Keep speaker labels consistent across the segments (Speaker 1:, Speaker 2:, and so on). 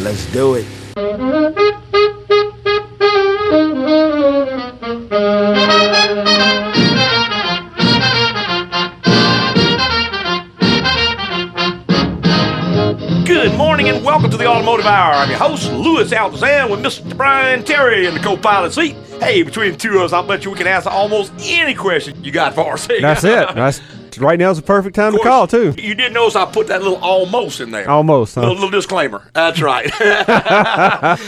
Speaker 1: Let's do it.
Speaker 2: Good morning and welcome to the Automotive Hour. I'm your host, Louis Alvazan, with Mr. Brian Terry in the co pilot seat. Hey, between the two of us, I bet you we can answer almost any question you got for us.
Speaker 3: That's it. That's right now's the perfect time to
Speaker 2: Of
Speaker 3: call
Speaker 2: course,
Speaker 3: too.
Speaker 2: You did notice I put that little almost in there.
Speaker 3: Almost, huh?
Speaker 2: Little, little disclaimer. That's right.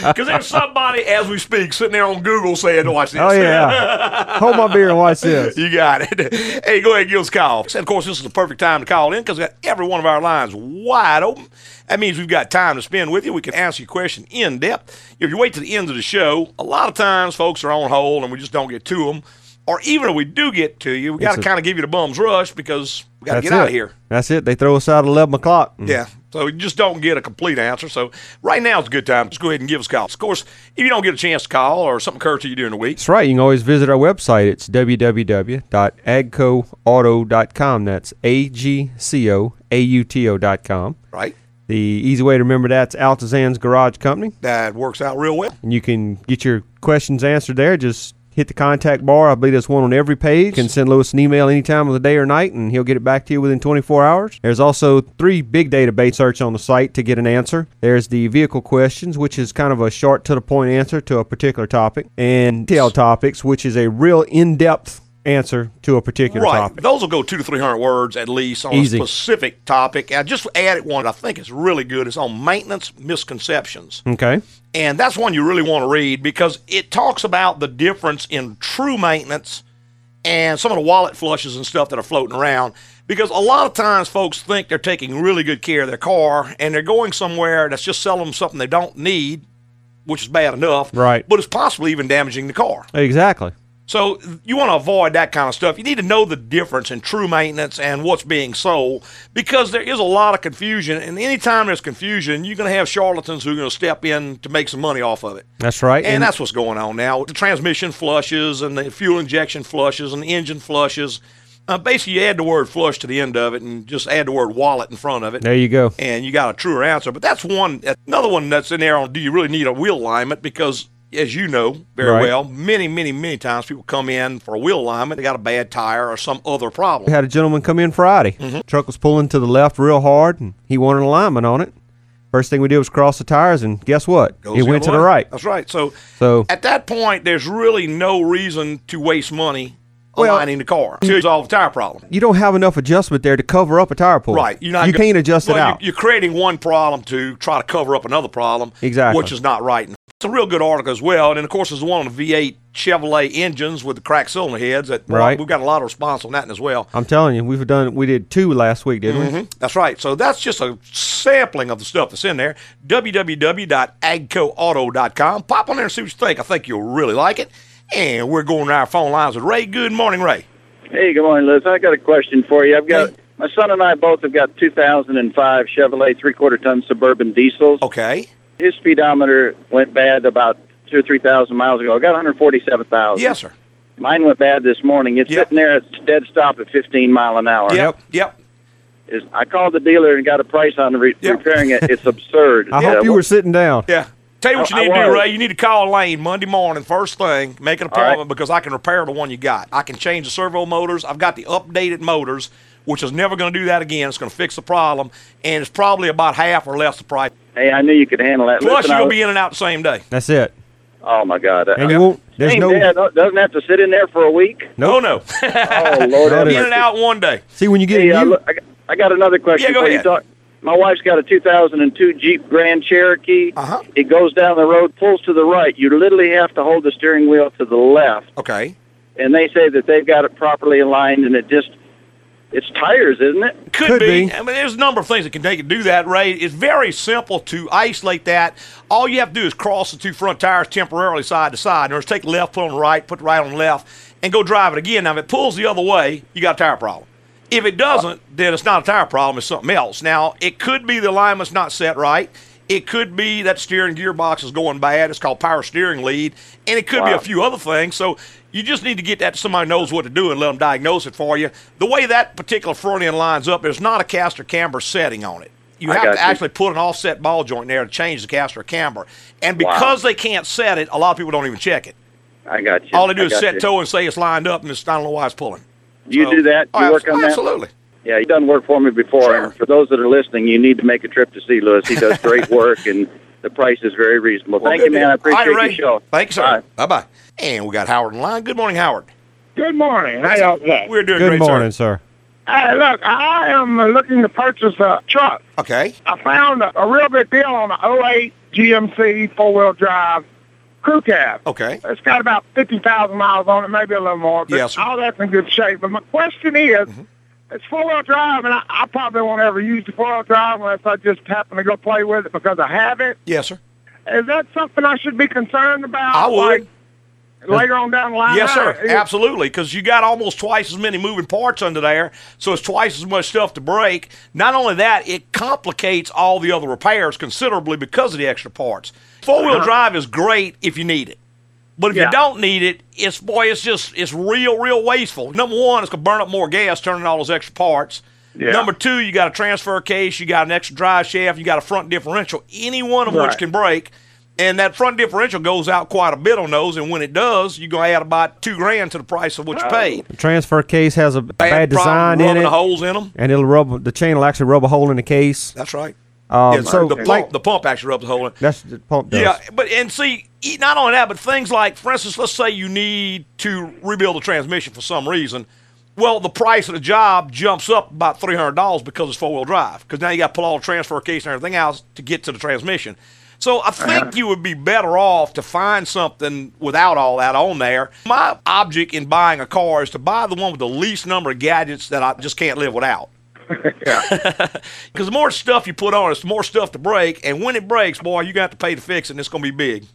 Speaker 2: Because there's somebody, as we speak, sitting there on Google saying, watch this.
Speaker 3: Oh yeah. Hold my beer and watch this.
Speaker 2: You got it. Hey, go ahead and give us a call. And of course, this is the perfect time to call in because we got every one of our lines wide open. That means we've got time to spend with you. We can answer your question in depth. If you wait to the end of the show, a lot of times folks are on hold and we just don't get to them. Or even if we do get to you, we got to
Speaker 3: It's a-
Speaker 2: kind of give you the bum's rush because we got to
Speaker 3: That's
Speaker 2: get
Speaker 3: it.
Speaker 2: out of here.
Speaker 3: That's it. They throw us out at eleven o'clock. Mm.
Speaker 2: Yeah. So you just don't get a complete answer. So right now is a good time. Just go ahead and give us a call. Of course, if you don't get a chance to call or something occurs to you during the week,
Speaker 3: That's right. You can always visit our website. It's www.agcoauto.com. That's A G C O A U T O dot com.
Speaker 2: right?
Speaker 3: The easy way to remember that's Altazan's Garage Company.
Speaker 2: That works out real well.
Speaker 3: And you can get your questions answered there. Just hit the contact bar. I believe there's one on every page. You can send Lewis an email any time of the day or night, and he'll get it back to you within 24 hours. There's also three big database search on the site to get an answer. There's the vehicle questions, which is kind of a short to the point answer to a particular topic, and detail topics, which is a real in depth answer to a particular
Speaker 2: Right.
Speaker 3: topic.
Speaker 2: Those will go two to three hundred words at least on
Speaker 3: Easy.
Speaker 2: a specific topic. I just added one I think is really good. It's on maintenance misconceptions.
Speaker 3: Okay.
Speaker 2: And that's one you really want to read because it talks about the difference in true maintenance and some of the wallet flushes and stuff that are floating around. Because a lot of times folks think they're taking really good care of their car and they're going somewhere that's just selling them something they don't need, which is bad enough.
Speaker 3: Right.
Speaker 2: But it's possibly even damaging the car.
Speaker 3: Exactly.
Speaker 2: So you want to avoid that kind of stuff. You need to know the difference in true maintenance and what's being sold because there is a lot of confusion. And anytime there's confusion, you're going to have charlatans who are going to step in to make some money off of it.
Speaker 3: That's right.
Speaker 2: And, that's what's going on now. The transmission flushes and the fuel injection flushes and the engine flushes. Uh, basically, you add the word flush to the end of it and just add the word wallet in front of it
Speaker 3: there you go.
Speaker 2: and you got a truer answer. But that's one. Another one that's in there on do you really need a wheel alignment? Because as you know very
Speaker 3: Right.
Speaker 2: well, many, many, many times people come in for a wheel alignment, they got a bad tire or some other problem.
Speaker 3: We had a gentleman come in Friday.
Speaker 2: Mm-hmm.
Speaker 3: Truck was pulling to the left real hard, and he wanted an alignment on it. First thing we did was cross the tires, and guess what?
Speaker 2: Goes
Speaker 3: it went to
Speaker 2: other
Speaker 3: the
Speaker 2: way.
Speaker 3: right.
Speaker 2: That's right. So,
Speaker 3: So-
Speaker 2: at that point, there's really no reason to waste money
Speaker 3: Well-
Speaker 2: aligning the car to resolve the tire problem.
Speaker 3: You don't have enough adjustment there to cover up a tire pull.
Speaker 2: Right. You're not
Speaker 3: you
Speaker 2: gonna-
Speaker 3: can't adjust
Speaker 2: well,
Speaker 3: it
Speaker 2: you-
Speaker 3: out.
Speaker 2: You're creating one problem to try to cover up another problem.
Speaker 3: Exactly.
Speaker 2: Which is not right. It's a real good article as well. And then, of course, there's the one on the V8 Chevrolet engines with the cracked cylinder heads. That
Speaker 3: Right.
Speaker 2: We've got a lot of response on that as well. Mm-hmm.
Speaker 3: I'm telling you, we've done. We did two last week, didn't we?
Speaker 2: That's right. So that's just a sampling of the stuff that's in there. www.agcoauto.com. Pop on there and see what you think. I think you'll really like it. And we're going to our phone lines with Ray. Good morning, Ray.
Speaker 4: Hey, good morning, Liz. I got a question for you. I've got
Speaker 2: Hey.
Speaker 4: my son and I both have got 2005 Chevrolet three-quarter ton suburban diesels.
Speaker 2: Okay.
Speaker 4: His speedometer went bad about two or three thousand miles ago. I got 147,000.
Speaker 2: Yes, sir.
Speaker 4: Mine went bad this morning. It's
Speaker 2: Yep.
Speaker 4: sitting there at dead stop at 15 mile an hour.
Speaker 2: Yep. Yep.
Speaker 4: Is I called the dealer and got a price on re-
Speaker 2: Yep.
Speaker 4: repairing it. It's absurd.
Speaker 3: I hope you were sitting down.
Speaker 2: Yeah. Tell you what you
Speaker 4: I- I
Speaker 2: need to do,
Speaker 4: was.
Speaker 2: Ray. You need to call Lane Monday morning, first thing. Make an
Speaker 4: right.
Speaker 2: appointment because I can repair the one you got. I can change the servo motors. I've got the updated motors, which is never going to do that again. It's going to fix the problem, and it's probably about half or less the price.
Speaker 4: Hey, I knew you could handle that.
Speaker 2: Plus,
Speaker 4: Listen,
Speaker 2: you're
Speaker 4: I
Speaker 2: going to
Speaker 4: was-
Speaker 2: be in and out the same day.
Speaker 3: That's it.
Speaker 4: Oh my God.
Speaker 3: And you won't. There's
Speaker 4: Same
Speaker 3: no.
Speaker 4: dad doesn't have to sit in there for a week.
Speaker 3: Nope.
Speaker 2: Oh no,
Speaker 4: Oh Lord, have
Speaker 3: That
Speaker 2: in
Speaker 3: is-
Speaker 4: mercy.
Speaker 2: and out one day.
Speaker 3: See when you get
Speaker 4: Hey,
Speaker 3: a
Speaker 4: uh,
Speaker 3: new-
Speaker 4: look, I, got- I got another question
Speaker 2: Yeah, go
Speaker 4: for
Speaker 2: ahead.
Speaker 4: you. Doc. My wife's got a 2002 Jeep Grand Cherokee.
Speaker 2: Uh-huh.
Speaker 4: It goes down the road, pulls to the right. You literally have to hold the steering wheel to the left,
Speaker 2: Okay.
Speaker 4: and they say that they've got it properly aligned, and it just it's tires, isn't it?
Speaker 2: Could,
Speaker 3: Could
Speaker 2: be.
Speaker 3: be.
Speaker 2: I mean, there's a number of things that can take to do that, Ray. It's very simple to isolate that. All you have to do is cross the two front tires temporarily side to side. In other words, take left, put on the right, put right on the left, and go drive it again. Now, if it pulls the other way, you got a tire problem. If it doesn't, then it's not a tire problem, it's something else. Now, it could be the alignment's not set right. It could be that steering gearbox is going bad. It's called power steering lead. And it could be a
Speaker 4: Wow.
Speaker 2: few few other things. So you just need to get that to somebody who knows what to do and let them diagnose it for you. The way that particular front end lines up, there's not a caster camber setting on it. you
Speaker 4: I
Speaker 2: have to
Speaker 4: got you.
Speaker 2: actually put an offset ball joint in there to change the caster camber. And because they can't set it, a lot of people don't even check it.
Speaker 4: I got you.
Speaker 2: All they do
Speaker 4: I
Speaker 2: is
Speaker 4: got
Speaker 2: set
Speaker 4: you.
Speaker 2: toe and say it's lined up, and it's, I don't know why it's pulling.
Speaker 4: You
Speaker 2: So-
Speaker 4: do that. You
Speaker 2: Oh, abs-
Speaker 4: work on that.
Speaker 2: Absolutely.
Speaker 4: Yeah, he done work for me before.
Speaker 2: Sure.
Speaker 4: And for those that are listening, you need to make a trip to see Lewis. He does great work, and the price is very reasonable. Thank you, man. I appreciate
Speaker 2: All right, Ray.
Speaker 4: your show.
Speaker 2: Thank you, sir.
Speaker 4: Bye.
Speaker 2: Bye bye. And we got Howard in line. Good morning, Howard.
Speaker 5: Good morning. How y'all doing?
Speaker 2: We're doing
Speaker 3: Good
Speaker 2: great,
Speaker 3: morning,
Speaker 2: sir.
Speaker 3: sir.
Speaker 5: Hey, look, I am uh, looking to purchase a truck.
Speaker 2: Okay.
Speaker 5: I found a, a real good deal on a 08 GMC four-wheel drive crew cab.
Speaker 2: Okay.
Speaker 5: It's got about 50,000 miles on it, maybe a little more, but
Speaker 2: Yes, sir. Mm-hmm.
Speaker 5: all that's in good shape. But my question is, it's four-wheel drive, and I, I probably won't ever use the four-wheel drive unless I just happen to go play with it because I have it.
Speaker 2: Yes, sir.
Speaker 5: Is that something I should be concerned about?
Speaker 2: I would.
Speaker 5: Like, later on down the line?
Speaker 2: Yes, sir.
Speaker 5: Is-
Speaker 2: Absolutely, because you got almost twice as many moving parts under there, so it's twice as much stuff to break. Not only that, it complicates all the other repairs considerably because of the extra parts. Four wheel drive is great if you need it, but if you
Speaker 5: Uh-huh. Yeah.
Speaker 2: don't need it, it's boy, it's just it's real, real wasteful. Number one, it's gonna burn up more gas turning all those extra parts.
Speaker 5: Yeah.
Speaker 2: Number two, you got a transfer case, you got an extra drive shaft, you got a front differential. Any one of which
Speaker 5: Right.
Speaker 2: can break. And that front differential goes out quite a bit on those. And when it does, you're going to add about two grand to the price of what you paid.
Speaker 3: The transfer case has a bad,
Speaker 2: problem
Speaker 3: design in
Speaker 2: rubbing
Speaker 3: it,
Speaker 2: the holes in them.
Speaker 3: and it'll rub the chain will actually rub a hole in the case.
Speaker 2: That's right.
Speaker 3: Um,
Speaker 2: yeah,
Speaker 3: so
Speaker 2: the, pump,
Speaker 3: like-
Speaker 2: the pump actually rubs the hole in it.
Speaker 3: That's the pump does.
Speaker 2: Yeah, but and see, e- not only that, but things like, for instance, let's say you need to rebuild the transmission for some reason. Well, the price of the job jumps up about three hundred dollars because it's four wheel drive. Because now you got to pull all the transfer case and everything else to get to the transmission. So I think you would be better off to find something without all that on there. My object in buying a car is to buy the one with the least number of gadgets that I just can't live without. Because the more stuff you put on, it's the more stuff to break. And when it breaks, boy, you got to pay to fix it, and it's going to be big.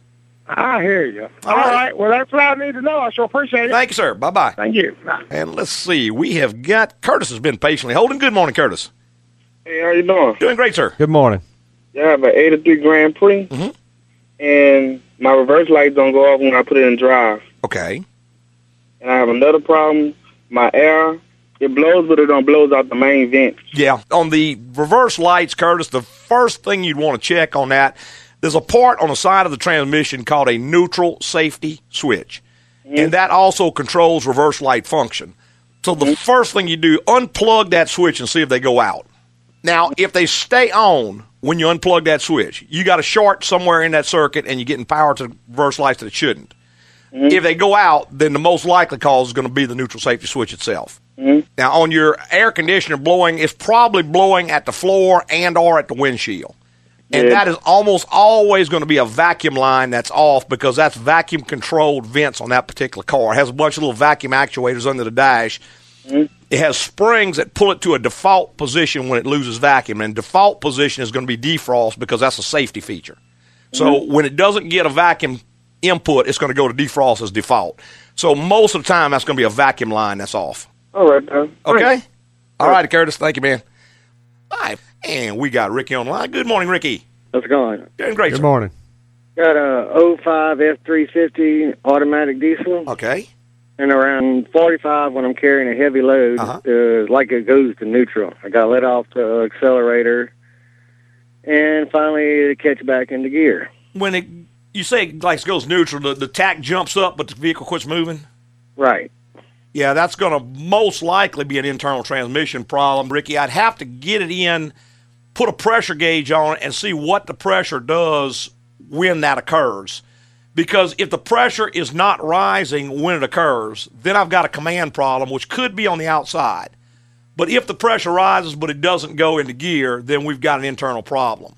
Speaker 5: I hear you.
Speaker 2: All
Speaker 5: All right.
Speaker 2: right.
Speaker 5: Well, that's what I need to know. I sure appreciate it.
Speaker 2: Thank you, sir. Bye bye.
Speaker 5: Thank you.
Speaker 2: And let's see. We have got Curtis has been patiently holding. Good morning, Curtis.
Speaker 6: Hey, how you doing?
Speaker 2: Doing great, sir.
Speaker 3: Good morning.
Speaker 6: Yeah, I have an 83 Grand Prix, and my reverse lights don't go off when I put it in drive.
Speaker 2: Okay.
Speaker 6: And I have another problem. My air, it blows, but it don't blows out the main vent.
Speaker 2: Yeah. On the reverse lights, Curtis, the first thing you'd want to check on that, there's a part on the side of the transmission called a neutral safety switch. And that also controls reverse light function. So the first thing you do, unplug that switch and see if they go out. Now, if they stay on when you unplug that switch, you got a short somewhere in that circuit and you're getting power to reverse lights that it shouldn't. If they go out, then the most likely cause is going to be the neutral safety switch itself. Now, on your air conditioner blowing, it's probably blowing at the floor and or at the windshield. And that is almost always going to be a vacuum line that's off because that's vacuum controlled vents on that particular car. It has a bunch of little vacuum actuators under the dash. It has springs that pull it to a default position when it loses vacuum, and default position is going to be defrost because that's a safety feature. So when it doesn't get a vacuum input, it's going to go to defrost as default. So most of the time, that's going to be a vacuum line that's off.
Speaker 6: All right, then.
Speaker 2: Okay. All right, Curtis. Thank you, man. All right. And we got Ricky on the line. Good morning, Ricky.
Speaker 7: How's it going?
Speaker 2: Doing great.
Speaker 3: Good
Speaker 2: sir.
Speaker 3: morning.
Speaker 7: Got a 05 F350 automatic diesel,
Speaker 2: Okay.
Speaker 7: and around 45 when I'm carrying a heavy load,
Speaker 2: Uh-huh.
Speaker 7: uh like it goes to neutral. I got let off the accelerator, and finally it catch back into gear.
Speaker 2: When it you say it like goes neutral, the, the tack jumps up, but the vehicle quits moving.
Speaker 7: Right.
Speaker 2: Yeah, that's going to most likely be an internal transmission problem, Ricky. I'd have to get it in, put a pressure gauge on it, and see what the pressure does when that occurs. Because if the pressure is not rising when it occurs, then I've got a command problem, which could be on the outside. But if the pressure rises but it doesn't go into gear, then we've got an internal problem.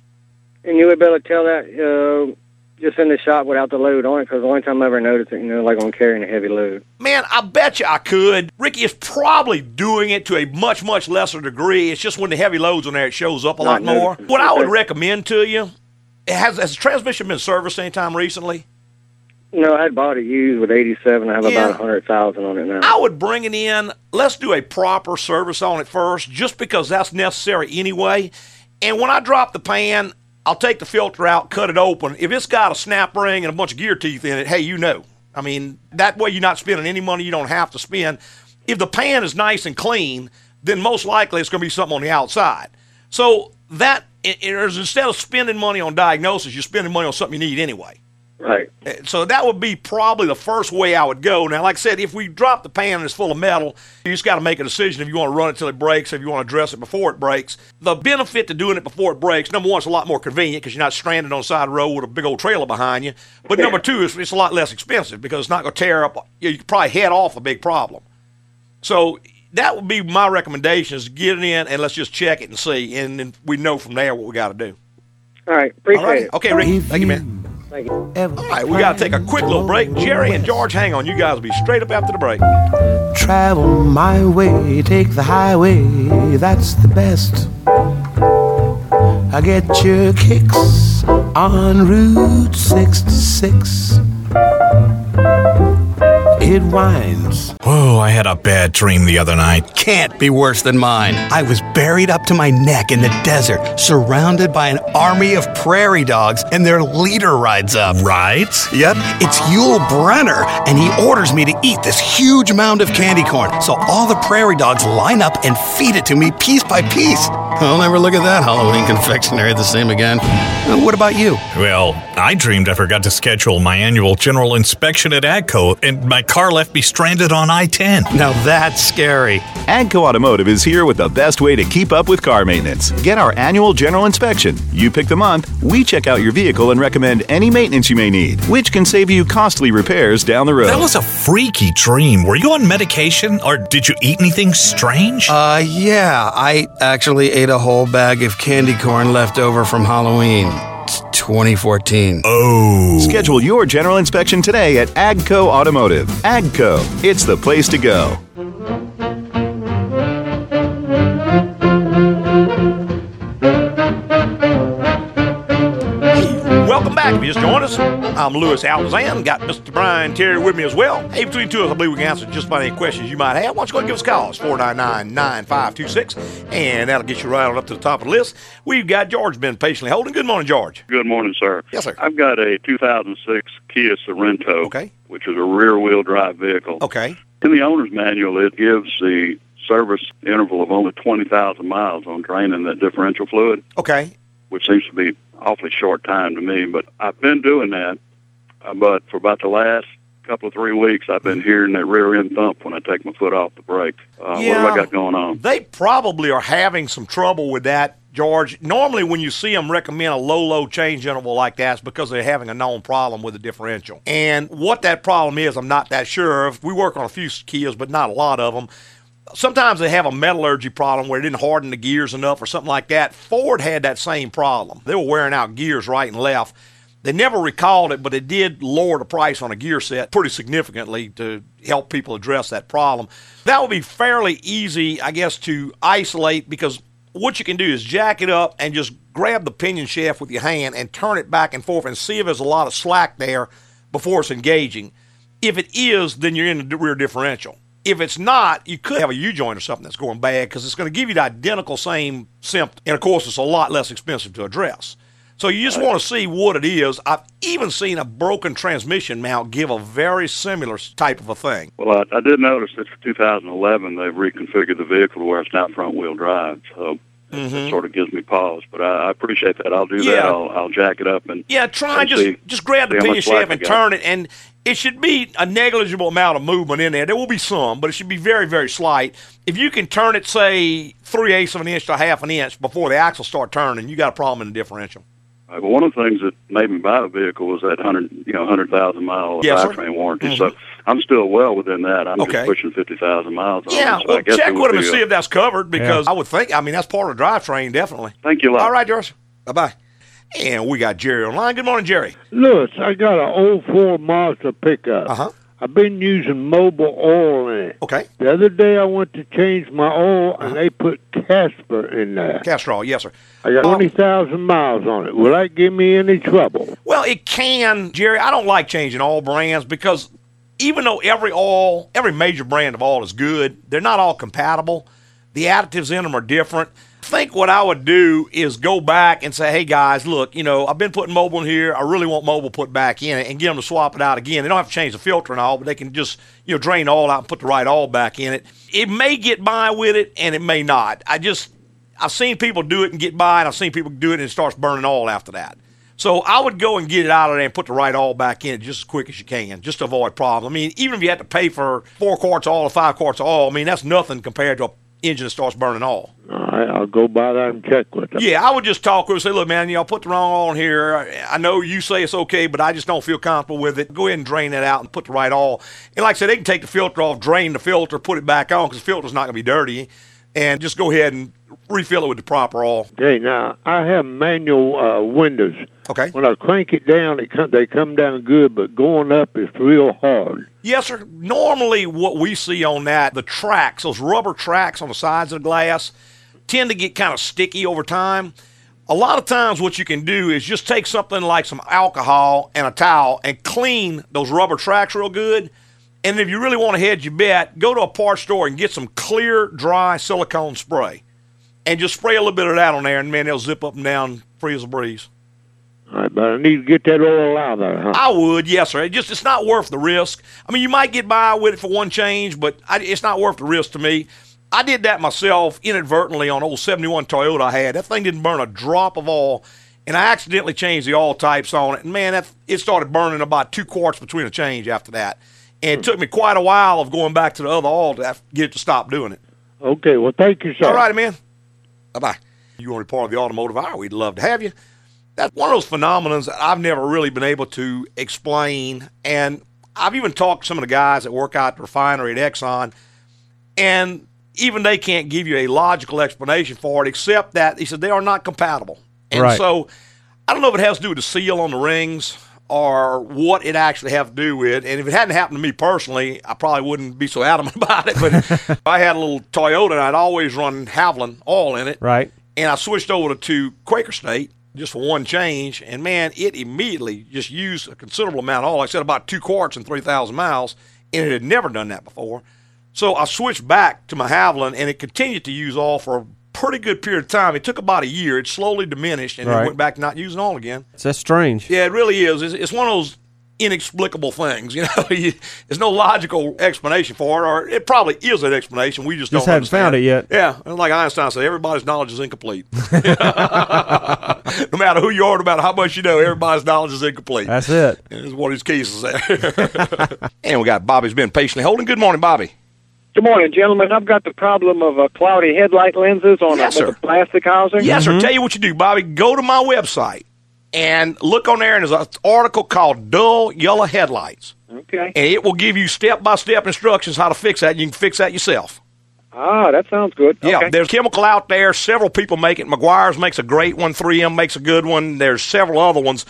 Speaker 7: And you would be able to tell that uh, just in the shop without the load on it, because the only time I ever noticed it, you know, like when I'm carrying a heavy load.
Speaker 2: Man, I bet you I could. Ricky is probably doing it to a much, much lesser degree. It's just when the heavy loads on there, it shows up a lot more.
Speaker 7: noticeable.
Speaker 2: What I would
Speaker 7: Okay.
Speaker 2: recommend to you has, has the transmission been serviced anytime recently?
Speaker 7: No, I had bought it used with 87. I have
Speaker 2: Yeah.
Speaker 7: about a 100,000 on it now.
Speaker 2: I would bring it in. Let's do a proper service on it first, just because that's necessary anyway. And when I drop the pan, I'll take the filter out, cut it open. If it's got a snap ring and a bunch of gear teeth in it, hey, you know. I mean, that way you're not spending any money you don't have to spend. If the pan is nice and clean, then most likely it's going to be something on the outside. So that it, it is instead of spending money on diagnosis, you're spending money on something you need anyway.
Speaker 7: Right.
Speaker 2: Uh, So that would be probably the first way I would go. Now, like I said, if we drop the pan and it's full of metal, you just got to make a decision if you want to run it till it breaks, if you want to dress it before it breaks. The benefit to doing it before it breaks, number one, it's a lot more convenient because you're not stranded on the side of the road with a big old trailer behind you. But number two, it's, it's a lot less expensive because it's not going to tear up. You you could probably head off a big problem. So that would be my recommendation: is get it in and let's just check it and see, and then we know from there what we got to do.
Speaker 7: All right. Appreciate
Speaker 2: All right.
Speaker 7: it.
Speaker 2: Okay, Rick. Thank you, man.
Speaker 7: Thank you.
Speaker 2: All right, we got to take a quick little break. Jerry and George, hang on. You guys will be straight up after the break.
Speaker 8: Travel my way, take the highway, that's the best. I get your kicks on Route 66. It winds.
Speaker 9: Oh, I had a bad dream the other night. Can't be worse than mine. I was buried up to my neck in the desert, surrounded by an army of prairie dogs, and their leader rides up. Rides? Yep, it's Yul Brenner, and he orders me to eat this huge mound of candy corn. So all the prairie dogs line up and feed it to me piece by piece. I'll never look at that Halloween confectionery the same again. Uh, What about you?
Speaker 10: Well, I dreamed I forgot to schedule my annual general inspection at AGCO, and my car left me stranded on I 10.
Speaker 9: Now that's scary.
Speaker 11: AGCO Automotive is here with the best way to keep up with car maintenance. Get our annual general inspection. You pick the month, we check out your vehicle and recommend any maintenance you may need, which can save you costly repairs down the road.
Speaker 10: That was a freaky dream. Were you on medication, or did you eat anything strange?
Speaker 9: Uh, yeah, I actually ate a whole bag of candy corn left over from Halloween t- 2014.
Speaker 10: oh.
Speaker 11: Schedule your general inspection today at AGCO Automotive. AGCO, it's the place to go.
Speaker 2: Welcome back. If you just joined us, I'm Lewis Alzan. Got Mr. Brian Terry with me as well. Hey, between the two of us, I believe we can answer just about any questions you might have. Why don't you go and give us a call? It's 499 9526, and that'll get you right on up to the top of the list. We've got George been patiently holding. Good morning, George.
Speaker 12: Good morning, sir.
Speaker 2: Yes, sir.
Speaker 12: I've got a 2006 Kia Sorento,
Speaker 2: Okay.
Speaker 12: which is a rear-wheel drive vehicle.
Speaker 2: Okay.
Speaker 12: In the owner's manual, it gives the service interval of only 20,000 miles on draining that differential fluid,
Speaker 2: Okay.
Speaker 12: which seems to be awfully short time to me. But I've been doing that, uh, but for about the last couple of three weeks, I've
Speaker 2: Mm.
Speaker 12: been hearing that rear end thump when I take my foot off the brake. Uh, What
Speaker 2: Yeah.
Speaker 12: have I got going on?
Speaker 2: They probably are having some trouble with that, George. Normally, when you see them recommend a low, low change interval like that, it's because they're having a known problem with the differential. And what that problem is, I'm not that sure. of. We work on a few Kias, but not a lot of them. Sometimes they have a metallurgy problem where it didn't harden the gears enough or something like that. Ford had that same problem. They were wearing out gears right and left. They never recalled it, but it did lower the price on a gear set pretty significantly to help people address that problem. That would be fairly easy, I guess, to isolate because what you can do is jack it up and just grab the pinion shaft with your hand and turn it back and forth and see if there's a lot of slack there before it's engaging. If it is, then you're in the rear differential. If it's not, you could have a U joint or something that's going bad because it's going to give you the identical same symptom. And of course, it's a lot less expensive to address. So you just want to see what it is. I've even seen a broken transmission mount give a very similar s- type of a thing.
Speaker 12: Well, I, I did notice that for 2011, they've reconfigured the vehicle to where it's not front wheel drive. So it sort of gives me pause, but I, I appreciate that. I'll do that.
Speaker 2: Mm-hmm. Yeah.
Speaker 12: I'll, I'll jack it up and
Speaker 2: Yeah, try and
Speaker 12: and
Speaker 2: just
Speaker 12: see-
Speaker 2: just grab the
Speaker 12: see how
Speaker 2: pinion
Speaker 12: much life
Speaker 2: shaft
Speaker 12: I
Speaker 2: and
Speaker 12: got.
Speaker 2: turn it, and it should be a negligible amount of movement in there. There will be some, but it should be very very slight. If you can turn it, say three eighths of an inch to a half an inch before the axle start turning, you got a problem in the differential.
Speaker 12: Uh, Well, one of the things that made me buy the vehicle was that hundred, you know, hundred thousand mile
Speaker 2: Yes, sir. Mm-hmm.
Speaker 12: drivetrain warranty. So I'm still well within that. I'm
Speaker 2: Okay.
Speaker 12: just pushing fifty thousand miles. On
Speaker 2: Yeah,
Speaker 12: it. So I
Speaker 2: well,
Speaker 12: guess
Speaker 2: check
Speaker 12: it would
Speaker 2: with them
Speaker 12: be
Speaker 2: and
Speaker 12: a-
Speaker 2: see if that's covered because I would think. I mean, that's part of the drivetrain, definitely.
Speaker 12: Thank you a lot.
Speaker 2: All right, George. Bye bye. And we got Jerry online. Good morning, Jerry.
Speaker 13: Lewis, I got an 04 Mazda pickup.
Speaker 2: Uh huh.
Speaker 13: I've been using mobile oil in it.
Speaker 2: Okay.
Speaker 13: The other day I went to change my oil and they put Casper in there.
Speaker 2: Castor oil, yes, sir.
Speaker 13: I got 20,000 miles on it. Will that give me any trouble?
Speaker 2: Well, it can, Jerry. I don't like changing all brands because even though every oil, every major brand of oil is good, they're not all compatible. The additives in them are different. I think what I would do is go back and say, hey guys, look, you know, I've been putting mobile in here. I really want mobile put back in it and get them to swap it out again. They don't have to change the filter and all, but they can just, you know, drain all out and put the right oil back in it. It may get by with it and it may not. I just, I've seen people do it and get by, and I've seen people do it and it starts burning oil after that. So I would go and get it out of there and put the right oil back in it just as quick as you can, just to avoid problem. I mean, even if you had to pay for four quarts of oil or five quarts of oil, I mean that's nothing compared to a engine that starts burning oil.
Speaker 13: All right, I'll go by that and check with them.
Speaker 2: Yeah, I would just talk with him, say, look, man, you know, I put the wrong oil in here. I- I know you say it's okay, but I just don't feel comfortable with it. Go ahead and drain that out and put the right oil. And like I said, they can take the filter off, drain the filter, put it back on because the filter's not going to be dirty. And just go ahead and refill it with the proper oil.
Speaker 13: Okay, now I have manual uh, windows.
Speaker 2: Okay.
Speaker 13: When I crank it down, it come, they come down good, but going up is real hard.
Speaker 2: Yes, sir. Normally, what we see on that, the tracks, those rubber tracks on the sides of the glass, tend to get kind of sticky over time. A lot of times, what you can do is just take something like some alcohol and a towel and clean those rubber tracks real good. And if you really want to hedge your bet, go to a parts store and get some clear, dry silicone spray and just spray a little bit of that on there, and man, they'll zip up and down free as a breeze.
Speaker 13: All right, but I need to get that oil out of there, huh?
Speaker 2: I would, yes, sir. It just it's not worth the risk. I mean, you might get by with it for one change, but I, it's not worth the risk to me. I did that myself inadvertently on old '71 Toyota I had. That thing didn't burn a drop of oil, and I accidentally changed the oil types on it. And man, that it started burning about two quarts between a change after that, and it took me quite a while of going back to the other oil to have- get it to stop doing it.
Speaker 13: Okay, well, thank you, sir.
Speaker 2: All righty, man. Bye bye. You want to be part of the automotive hour? We'd love to have you. That's one of those phenomenons that I've never really been able to explain. And I've even talked to some of the guys that work out at the refinery at Exxon, and even they can't give you a logical explanation for it, except that he said they are not compatible. And
Speaker 3: Right.
Speaker 2: so I don't know if it has to do with the seal on the rings or what it actually have to do with. And if it hadn't happened to me personally, I probably wouldn't be so adamant about it. But I had a little Toyota and I'd always run Havlin oil in it.
Speaker 3: Right.
Speaker 2: And I switched over to Quaker State just for one change. And man, it immediately just used a considerable amount of oil. Like I said about two quarts and 3,000 miles. And it had never done that before. So I switched back to my Haviland and it continued to use oil for a pretty good period of time. It took about a year. It slowly diminished and then
Speaker 3: Right.
Speaker 2: went back to not using oil again.
Speaker 3: So that's strange.
Speaker 2: Yeah, it really is. It's, it's one of those inexplicable things. You know, You- there's no logical explanation for it, or it probably is an explanation. We just,
Speaker 3: Just
Speaker 2: don't
Speaker 3: haven't found
Speaker 2: understand.
Speaker 3: it yet.
Speaker 2: Yeah, and like Einstein said, everybody's knowledge is incomplete. no matter who you are, no matter how much you know, everybody's knowledge is incomplete.
Speaker 3: That's it.
Speaker 2: Is what his cases there. and we got Bobby's been patiently holding. Good morning, Bobby.
Speaker 7: Good morning, gentlemen. I've got the problem of uh, cloudy headlight lenses on
Speaker 2: Yes,
Speaker 7: a,
Speaker 2: sir.
Speaker 7: with a plastic housing.
Speaker 2: Yes,
Speaker 3: Mm-hmm.
Speaker 2: sir. Tell you what you do, Bobby. Go to my website and look on there, and there's an article called "Dull Yellow Headlights."
Speaker 7: Okay.
Speaker 2: and it will give you step by step instructions how to fix that. You can fix that yourself.
Speaker 7: Ah, that sounds good.
Speaker 2: Yeah,
Speaker 7: Okay.
Speaker 2: there's chemical out there. Several people make it. McGuire's makes a great one. 3M makes a good one. There's several other ones,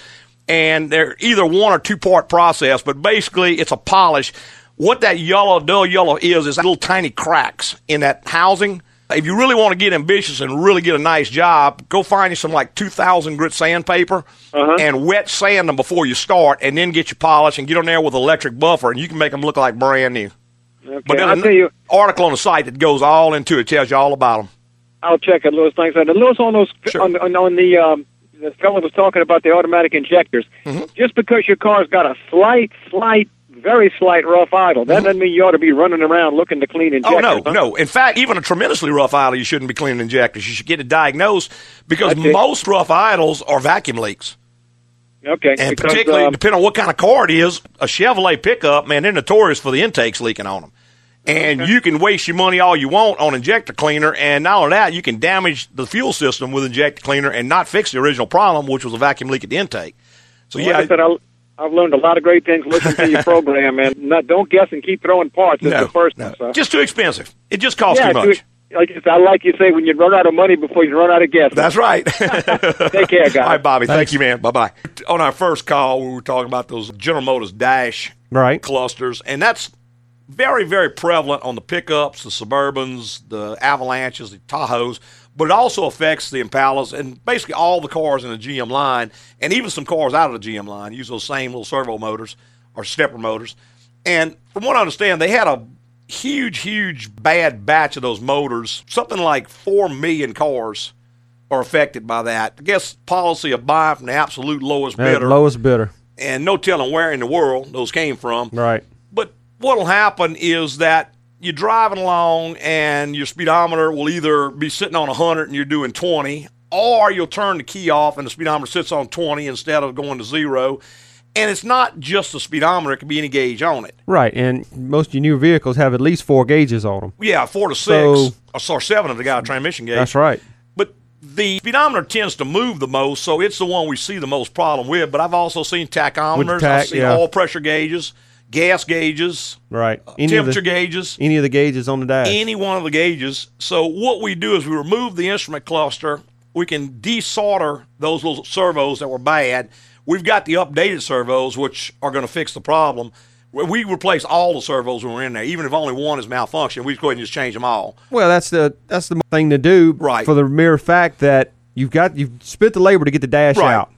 Speaker 2: and they're either one or two part process. But basically, it's a polish. What that yellow, dull yellow is, is little tiny cracks in that housing. If you really want to get ambitious and really get a nice job, go find you some like 2,000 grit sandpaper
Speaker 7: Uh-huh.
Speaker 2: and wet sand them before you start, and then get your polish and get on there with electric buffer, and you can make them look like brand new. But there's
Speaker 7: I'll
Speaker 2: an
Speaker 7: tell you-
Speaker 2: article on the site that goes all into it, tells you all about them.
Speaker 7: I'll check it, Lewis. Thanks. And Lewis, on those on, on, on the um, the fellow was talking about the automatic injectors. Just because your car's got a slight, slight, very slight rough idle, that doesn't mean you ought to be running around looking to clean injectors.
Speaker 2: Mm-hmm. Oh no, no. In fact, even a tremendously rough idle, you shouldn't be cleaning injectors. You should get it diagnosed because
Speaker 7: That's it.
Speaker 2: most rough idles are vacuum leaks,
Speaker 7: Okay.
Speaker 2: and
Speaker 7: because,
Speaker 2: particularly
Speaker 7: um,
Speaker 2: depending on what kind of car it is, a Chevrolet pickup, man, they're notorious for the intakes leaking on them. And you can waste your money all you want on injector cleaner, and not only that, you can damage the fuel system with injector cleaner and not fix the original problem, which was a vacuum leak at the intake. So
Speaker 7: like
Speaker 2: yeah,
Speaker 7: I said, I, I've learned a lot of great things listening to your program, and not, don't guess and keep throwing parts. It's
Speaker 2: No,
Speaker 7: the first
Speaker 2: no.
Speaker 7: one. So.
Speaker 2: just too expensive. It just costs
Speaker 7: yeah,
Speaker 2: too much.
Speaker 7: dude, Like you- I like you say, when you run out of money before you run out of gas.
Speaker 2: That's right.
Speaker 7: Take care, guys.
Speaker 2: All right, Bobby. Thank you, man. Bye bye. On our first call, we were talking about those General Motors Dash
Speaker 3: Right.
Speaker 2: clusters, and that's very, very prevalent on the pickups, the Suburbans, the Avalanches, the Tahoes, but it also affects the Impalas and basically all the cars in the GM line, and even some cars out of the GM line use those same little servo motors or stepper motors. And from what I understand, they had a huge, huge bad batch of those motors, something like 4 million cars. Are affected by that. I guess policy of buying from the absolute lowest
Speaker 3: Yeah,
Speaker 2: bidder,
Speaker 3: Uh, lowest bidder.
Speaker 2: and no telling where in the world those came from.
Speaker 3: Right.
Speaker 2: But what'll happen is that you're driving along and your speedometer will either be sitting on 100 and you're doing 20, or you'll turn the key off and the speedometer sits on 20 instead of going to zero. And it's not just the speedometer, it could be any gauge on it.
Speaker 3: Right, and most of your newer vehicles have at least four gauges on them.
Speaker 2: Yeah, four to six,
Speaker 3: So-
Speaker 2: or sorry, seven if they got a transmission gauge.
Speaker 3: That's right.
Speaker 2: But the speedometer tends to move the most, so it's the one we see the most problem with. But I've also seen tachometers, I've
Speaker 3: tac,
Speaker 2: seen
Speaker 3: yeah.
Speaker 2: oil pressure gauges, gas gauges,
Speaker 3: Right. of
Speaker 2: Uh, temperature
Speaker 3: the,
Speaker 2: gauges.
Speaker 3: Any of the gauges on the dash.
Speaker 2: any one of the gauges. So what we do is we remove the instrument cluster. We can desolder those little servos that were bad. We've got the updated servos, which are going to fix the problem. We- We replace all the servos when we're in there, even if only one is malfunctioning. We just go ahead and just change them all.
Speaker 3: Well, that's the that's the thing to do, right? For the mere fact that you've got you've spent the labor to get the dash
Speaker 2: Right.
Speaker 3: out,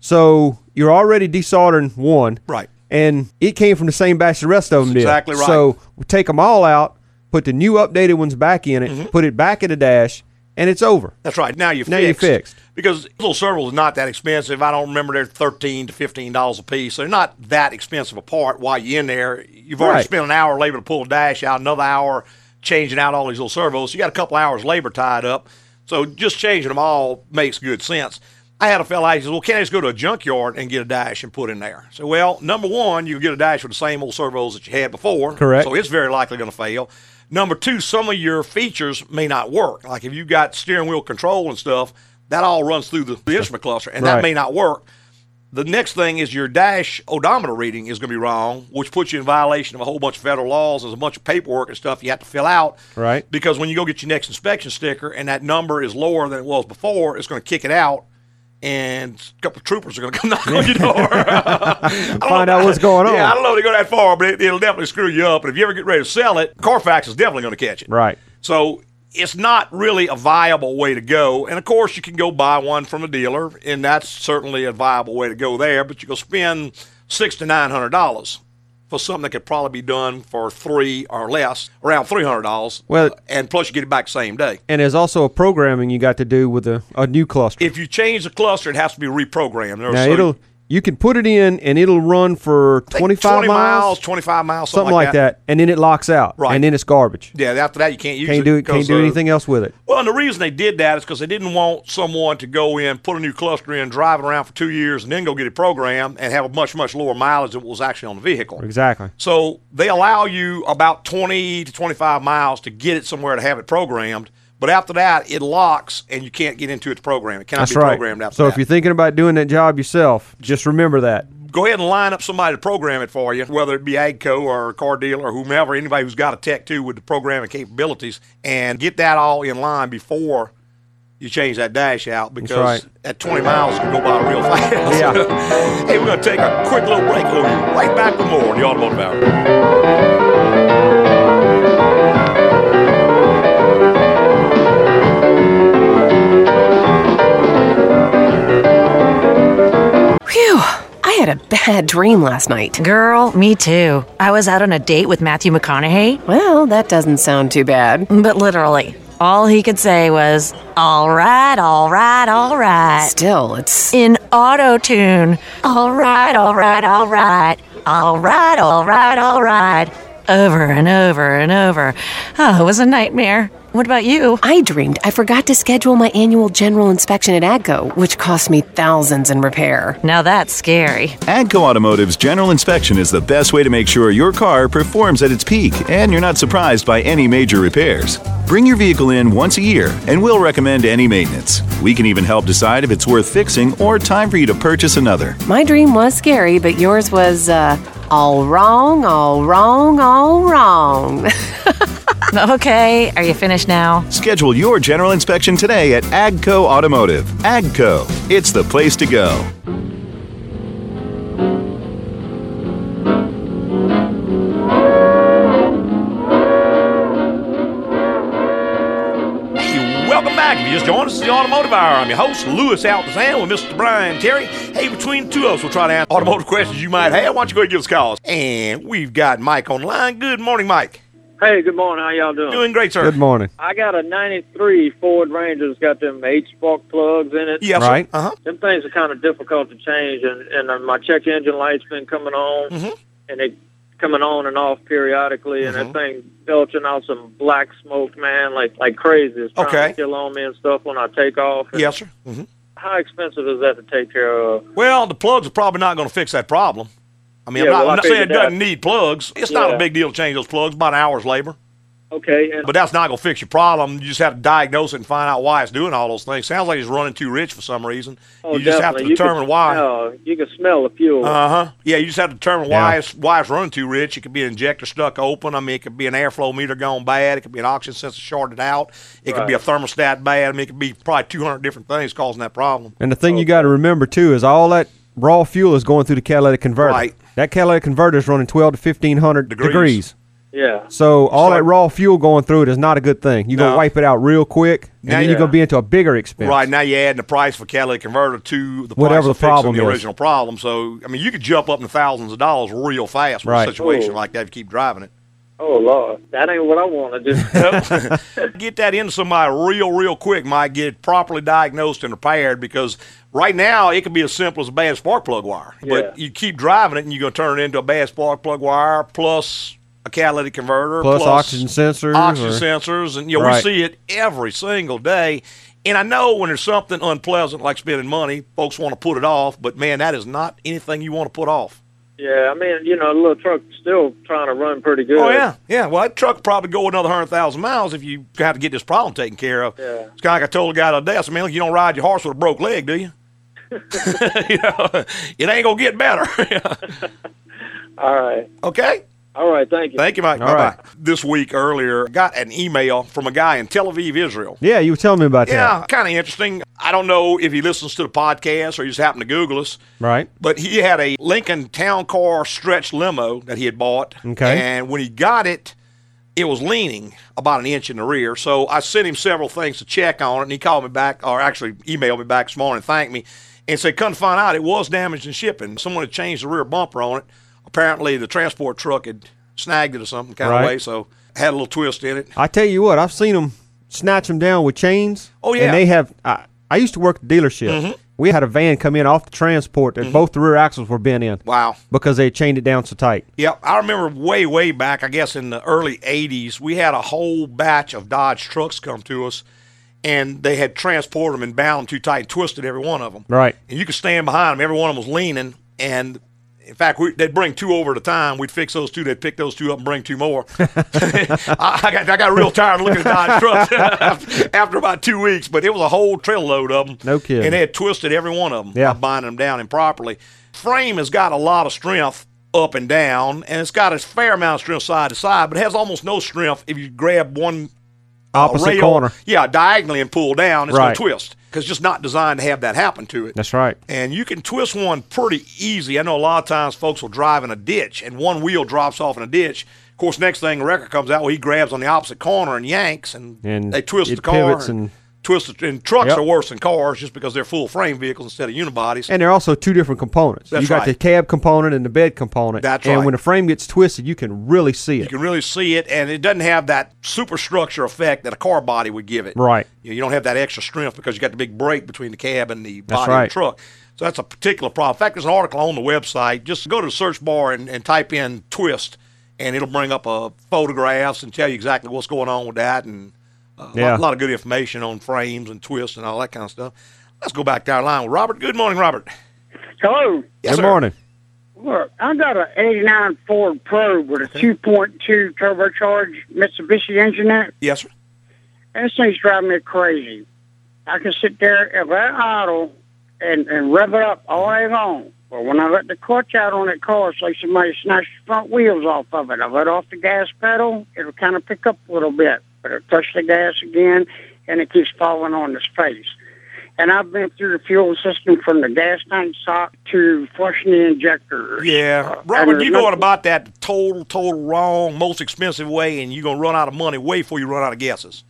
Speaker 3: so you're already desoldering one,
Speaker 2: Right.
Speaker 3: And it came from the same batch the rest of them did.
Speaker 2: exactly right.
Speaker 3: So we take them all out, put the new updated ones back in it,
Speaker 2: Mm-hmm.
Speaker 3: put it back in the dash, and it's over.
Speaker 2: That's right. Now you're
Speaker 3: Now you're
Speaker 2: fixed.
Speaker 3: fixed.
Speaker 2: Because little servos is not that expensive. I don't remember they're thirteen to fifteen dollars a piece. So they're not that expensive a part while you're in there. You've already
Speaker 3: Right.
Speaker 2: spent an hour labor to pull a dash out, another hour changing out all these little servos. So you got a couple hours labor tied up. So just changing them all makes good sense. I had a fella he says, Well, can't I just go to a junkyard and get a dash and put in there? So well, number one, you can get a dash with the same old servos that you had before.
Speaker 3: Correct.
Speaker 2: So it's very likely going to fail. Number two, some of your features may not work. Like if you got steering wheel control and stuff, that all runs through the, the instrument cluster, and that
Speaker 14: Right.
Speaker 2: may not work. The next thing is your dash odometer reading is going to be wrong, which puts you in violation of a whole bunch of federal laws. There's a bunch of paperwork and stuff you have to fill out
Speaker 3: Right.
Speaker 2: because when you go get your next inspection sticker and that number is lower than it was before, it's going to kick it out. And a couple of troopers are going to come knock on your door.
Speaker 3: Find out what's going on.
Speaker 2: Yeah, I don't know if they go that far, but it, it'll definitely screw you up. And if you ever get ready to sell it, Carfax is definitely going to catch it.
Speaker 3: Right.
Speaker 2: So it's not really a viable way to go. And of course, you can go buy one from a dealer, and that's certainly a viable way to go there. But you can spend six to nine hundred dollars for something that could probably be done for three or less, around three hundred dollars. uh,
Speaker 3: Well-
Speaker 2: and plus you get it back same day.
Speaker 3: And there's also a programming you got to do with a, a new cluster.
Speaker 2: If you change the cluster, it has to be reprogrammed. There are
Speaker 3: now
Speaker 2: certain-
Speaker 3: it'll you can put it in and it'll run for 25
Speaker 2: 20
Speaker 3: miles,
Speaker 2: miles, twenty five miles,
Speaker 3: something like that. and then it locks out,
Speaker 2: Right.
Speaker 3: And then it's garbage.
Speaker 2: Yeah, after that you can't use
Speaker 3: Can't
Speaker 2: it.
Speaker 3: do it. Can't
Speaker 2: because,
Speaker 3: do
Speaker 2: uh,
Speaker 3: anything else with it.
Speaker 2: Well, and the reason they did that is because they didn't want someone to go in, put a new cluster in, drive it around for two years, and then go get it programmed and have a much, much lower mileage than what was actually on the vehicle.
Speaker 3: Exactly.
Speaker 2: So they allow you about 20 to 25 miles to get it somewhere to have it programmed. But after that, it locks and you can't get into it to program. It cannot
Speaker 3: That's
Speaker 2: be
Speaker 3: right.
Speaker 2: programmed after
Speaker 3: so
Speaker 2: that.
Speaker 3: if you're thinking about doing that job yourself, just remember that.
Speaker 2: go ahead and line up somebody to program it for you, whether it be AGCO or a car dealer or whomever, anybody who's got a tech too with the programming capabilities, and get that all in line before you change that dash out because
Speaker 3: right.
Speaker 2: at 20 miles it can go by real fast. Yeah. hey, we're going to take a quick little break. We'll be right back with more on the Automotive Hour.
Speaker 15: Phew. I had a bad dream last night. Girl, me too. I was out on a date with Matthew McConaughey. Well, that doesn't sound too bad. But literally, all he could say was, all right, all right, all right. Still, it's in auto tune. All right, all right, all right. All right, all right, all right. Over and over and over. Oh, it was a nightmare. What about you?
Speaker 16: I dreamed I forgot to schedule my annual general inspection at AGCO, which cost me thousands in repair.
Speaker 15: Now that's scary.
Speaker 11: AGCO Automotive's general inspection is the best way to make sure your car performs at its peak and you're not surprised by any major repairs. Bring your vehicle in once a year and we'll recommend any maintenance. We can even help decide if it's worth fixing or time for you to purchase another.
Speaker 16: My dream was scary, but yours was uh, all wrong, all wrong, all wrong.
Speaker 15: okay, are you finished now?
Speaker 11: Schedule your general inspection today at AGCO Automotive. AGCO, it's the place to go.
Speaker 2: Welcome back. If you just joined us, it's the Automotive Hour. I'm your host, Louis Altazan, with Mr. Brian Terry. Hey, between the two of us, we'll try to answer automotive questions you might have. Why don't you go ahead and give us calls? And we've got Mike on the line. Good morning, Mike.
Speaker 14: Hey, good morning. How y'all doing?
Speaker 2: Doing great, sir.
Speaker 3: Good morning.
Speaker 14: I got a '93 Ford Ranger that's got them H spark plugs in it.
Speaker 3: Yes, sir. Right. Uh-huh.
Speaker 14: Them
Speaker 2: Mm-hmm.
Speaker 14: things are kind of difficult to change, and and uh, my check engine light's been coming on, and it coming on and off periodically, and that thing belching out some black smoke, man, like like crazy. It's trying
Speaker 2: Okay.
Speaker 14: to kill on me and stuff when I take off. And
Speaker 2: Yes, sir. Mm-hmm.
Speaker 14: How expensive is that to take care of?
Speaker 2: Well, the plugs are probably not going to fix that problem. I mean,
Speaker 14: Yeah,
Speaker 2: I'm not,
Speaker 14: well, I
Speaker 2: I'm not saying it
Speaker 14: figured
Speaker 2: doesn't
Speaker 14: that.
Speaker 2: need plugs. It's not a
Speaker 14: Yeah.
Speaker 2: big deal to change those plugs, about an hour's labor.
Speaker 14: Okay, and
Speaker 2: But that's not going to fix your problem. You just have to diagnose it and find out why it's doing all those things. Sounds like it's running too rich for some reason.
Speaker 14: oh,
Speaker 2: you just have
Speaker 14: definitely.
Speaker 2: to
Speaker 14: You
Speaker 2: determine
Speaker 14: could,
Speaker 2: why.
Speaker 14: Uh, you can smell the fuel.
Speaker 2: Uh huh. Yeah, you just have to determine why
Speaker 14: Yeah.
Speaker 2: it's why it's running too rich. It could be an injector stuck open. I mean, it could be an airflow meter gone bad. It could be an oxygen sensor shorted out. It could be a
Speaker 14: Right.
Speaker 2: thermostat bad. I mean, it could be probably 200 different things causing that problem.
Speaker 3: And the thing you got to remember too is all that raw fuel is going through the catalytic converter.
Speaker 2: Right.
Speaker 3: That catalytic converter is running twelve to fifteen hundred degrees.
Speaker 14: Yeah.
Speaker 3: So all that raw fuel going through it is not a good thing. You're
Speaker 2: No.
Speaker 3: gonna wipe it out real quick, and
Speaker 2: Now
Speaker 3: then
Speaker 2: you-
Speaker 3: you're gonna be into a bigger expense.
Speaker 2: Right now, you're adding the price for catalytic converter to the
Speaker 3: Whatever
Speaker 2: price
Speaker 3: the
Speaker 2: of fixing
Speaker 3: problem
Speaker 2: the
Speaker 3: is.
Speaker 2: original problem. So, I mean, you could jump up in thousands of dollars real fast with
Speaker 3: Right.
Speaker 2: a situation
Speaker 3: Oh.
Speaker 2: like that if you keep driving it.
Speaker 14: Oh Lord, that ain't what I want to do.
Speaker 2: get that into somebody real, real quick, Mike. Get it properly diagnosed and repaired because right now it could be as simple as a bad spark plug wire. But you keep driving it and you're going to turn it into a bad spark plug wire plus a catalytic converter
Speaker 3: Plus oxygen sensors
Speaker 2: Oxygen
Speaker 3: or-
Speaker 2: sensors. And you know, we
Speaker 3: Right.
Speaker 2: see it every single day. And I know when there's something unpleasant like spending money, folks want to put it off, but man, that is not anything you want to put off.
Speaker 14: yeah, I mean, you know, a little truck's still trying to run pretty good.
Speaker 2: Oh yeah, yeah. Well, that truck probably go another hundred thousand miles if you have to get this problem taken care of.
Speaker 14: Yeah.
Speaker 2: It's kind of like I told the guy the other day. I said, "Man, look, you don't ride your horse with a broke leg, do you? you know, it ain't gonna get better."
Speaker 14: All right.
Speaker 2: Okay.
Speaker 14: All right. Thank you.
Speaker 2: Thank you, Mike.
Speaker 3: All
Speaker 2: Bye-bye.
Speaker 3: right.
Speaker 2: This week earlier, I got an email from a guy in Tel Aviv, Israel.
Speaker 3: Yeah, you were telling me about that.
Speaker 2: Yeah, kind of interesting. I don't know if he listens to the podcast or he just happened to Google us.
Speaker 3: Right.
Speaker 2: But he had a Lincoln Town Car stretch limo that he had bought.
Speaker 3: Okay.
Speaker 2: And when he got it, it was leaning about an inch in the rear. So I sent him several things to check on it, and he called me back, or actually emailed me back this morning and thanked me and said, couldn't find out it was damaged in shipping. Someone had changed the rear bumper on it. Apparently, the transport truck had snagged it or something kind
Speaker 3: Right.
Speaker 2: of way. So had a little twist in it.
Speaker 3: I tell you what, I've seen them snatch them down with chains.
Speaker 2: Oh, yeah.
Speaker 3: and they have. I, I used to work at the dealership.
Speaker 2: Mhm.
Speaker 3: We had a van come in off the transport, and
Speaker 2: Mhm.
Speaker 3: both the rear axles were bent in.
Speaker 2: Wow.
Speaker 3: Because they had chained it down so tight.
Speaker 2: Yeah, I remember way, way back, I guess in the early 80s, we had a whole batch of Dodge trucks come to us, and they had transported them and bound them too tight and twisted every one of them.
Speaker 3: Right.
Speaker 2: And you could stand behind them. Every one of them was leaning. And in fact, we, they'd bring two over at a time. We'd fix those two. They'd pick those two up and bring two more. I, I, got, I got real tired of looking at Dodge trucks after, after about two weeks, but it was a whole trail load of them.
Speaker 3: No kidding.
Speaker 2: And they had twisted every one of them
Speaker 3: Yeah.
Speaker 2: by binding them down improperly. Frame has got a lot of strength up and down, and it's got a fair amount of strength side to side, but it has almost no strength if you grab one uh,
Speaker 3: Opposite
Speaker 2: rail-
Speaker 3: corner.
Speaker 2: Yeah, diagonally and pull down, it's
Speaker 3: Right.
Speaker 2: going to twist because it's just not designed to have that happen to it.
Speaker 3: That's right.
Speaker 2: And you can twist one pretty easy. I know a lot of times folks will drive in a ditch and one wheel drops off in a ditch. Of course, next thing the record comes out, well, he grabs on the opposite corner and yanks, and,
Speaker 3: And
Speaker 2: they twist
Speaker 3: it
Speaker 2: the car.
Speaker 3: pivots and-
Speaker 2: twist the, and trucks
Speaker 3: Yep.
Speaker 2: are worse than cars just because they're full frame vehicles instead of unibodies.
Speaker 3: And they're also two different components.
Speaker 2: That's
Speaker 3: you got
Speaker 2: right.
Speaker 3: the cab component and the bed component.
Speaker 2: That's
Speaker 3: and
Speaker 2: right.
Speaker 3: when the frame gets twisted, you can really see
Speaker 2: you
Speaker 3: it.
Speaker 2: can really see it, and it doesn't have that superstructure effect that a car body would give it.
Speaker 3: Right.
Speaker 2: You, you don't have that extra strength because you got the big break between the cab and the
Speaker 3: That's
Speaker 2: body of
Speaker 3: right.
Speaker 2: the truck. So that's a particular problem. In fact, there's an article on the website. Just go to the search bar and, and type in twist, and it'll bring up uh, photographs and tell you exactly what's going on with that and uh, a,
Speaker 3: Yeah.
Speaker 2: lot, a lot of good information on frames and twists and all that kind of stuff. Let's go back to our line with Robert. Good morning, Robert.
Speaker 17: Hello.
Speaker 3: Good
Speaker 2: Yes, sir.
Speaker 3: morning.
Speaker 17: Look, I got an 89 Ford Probe with a 2.2 turbocharged Mitsubishi engine in it.
Speaker 2: Yes, sir.
Speaker 17: And this thing's driving me crazy. I can sit there if I idle and, and rev it up all day long. But when I let the clutch out on that car, it's like somebody snatched the front wheels off of it. I let off the gas pedal, it'll kind of pick up a little bit. But it touch the gas again, and it keeps falling on its face. And I've been through the fuel system from the gas tank sock to flushing the injector. Uh,
Speaker 2: Yeah,
Speaker 17: and
Speaker 2: Robert, you're
Speaker 17: there's
Speaker 2: going
Speaker 17: nothing-
Speaker 2: about that the total, total wrong, most expensive way, and you're going to run out of money way before you run out of guesses.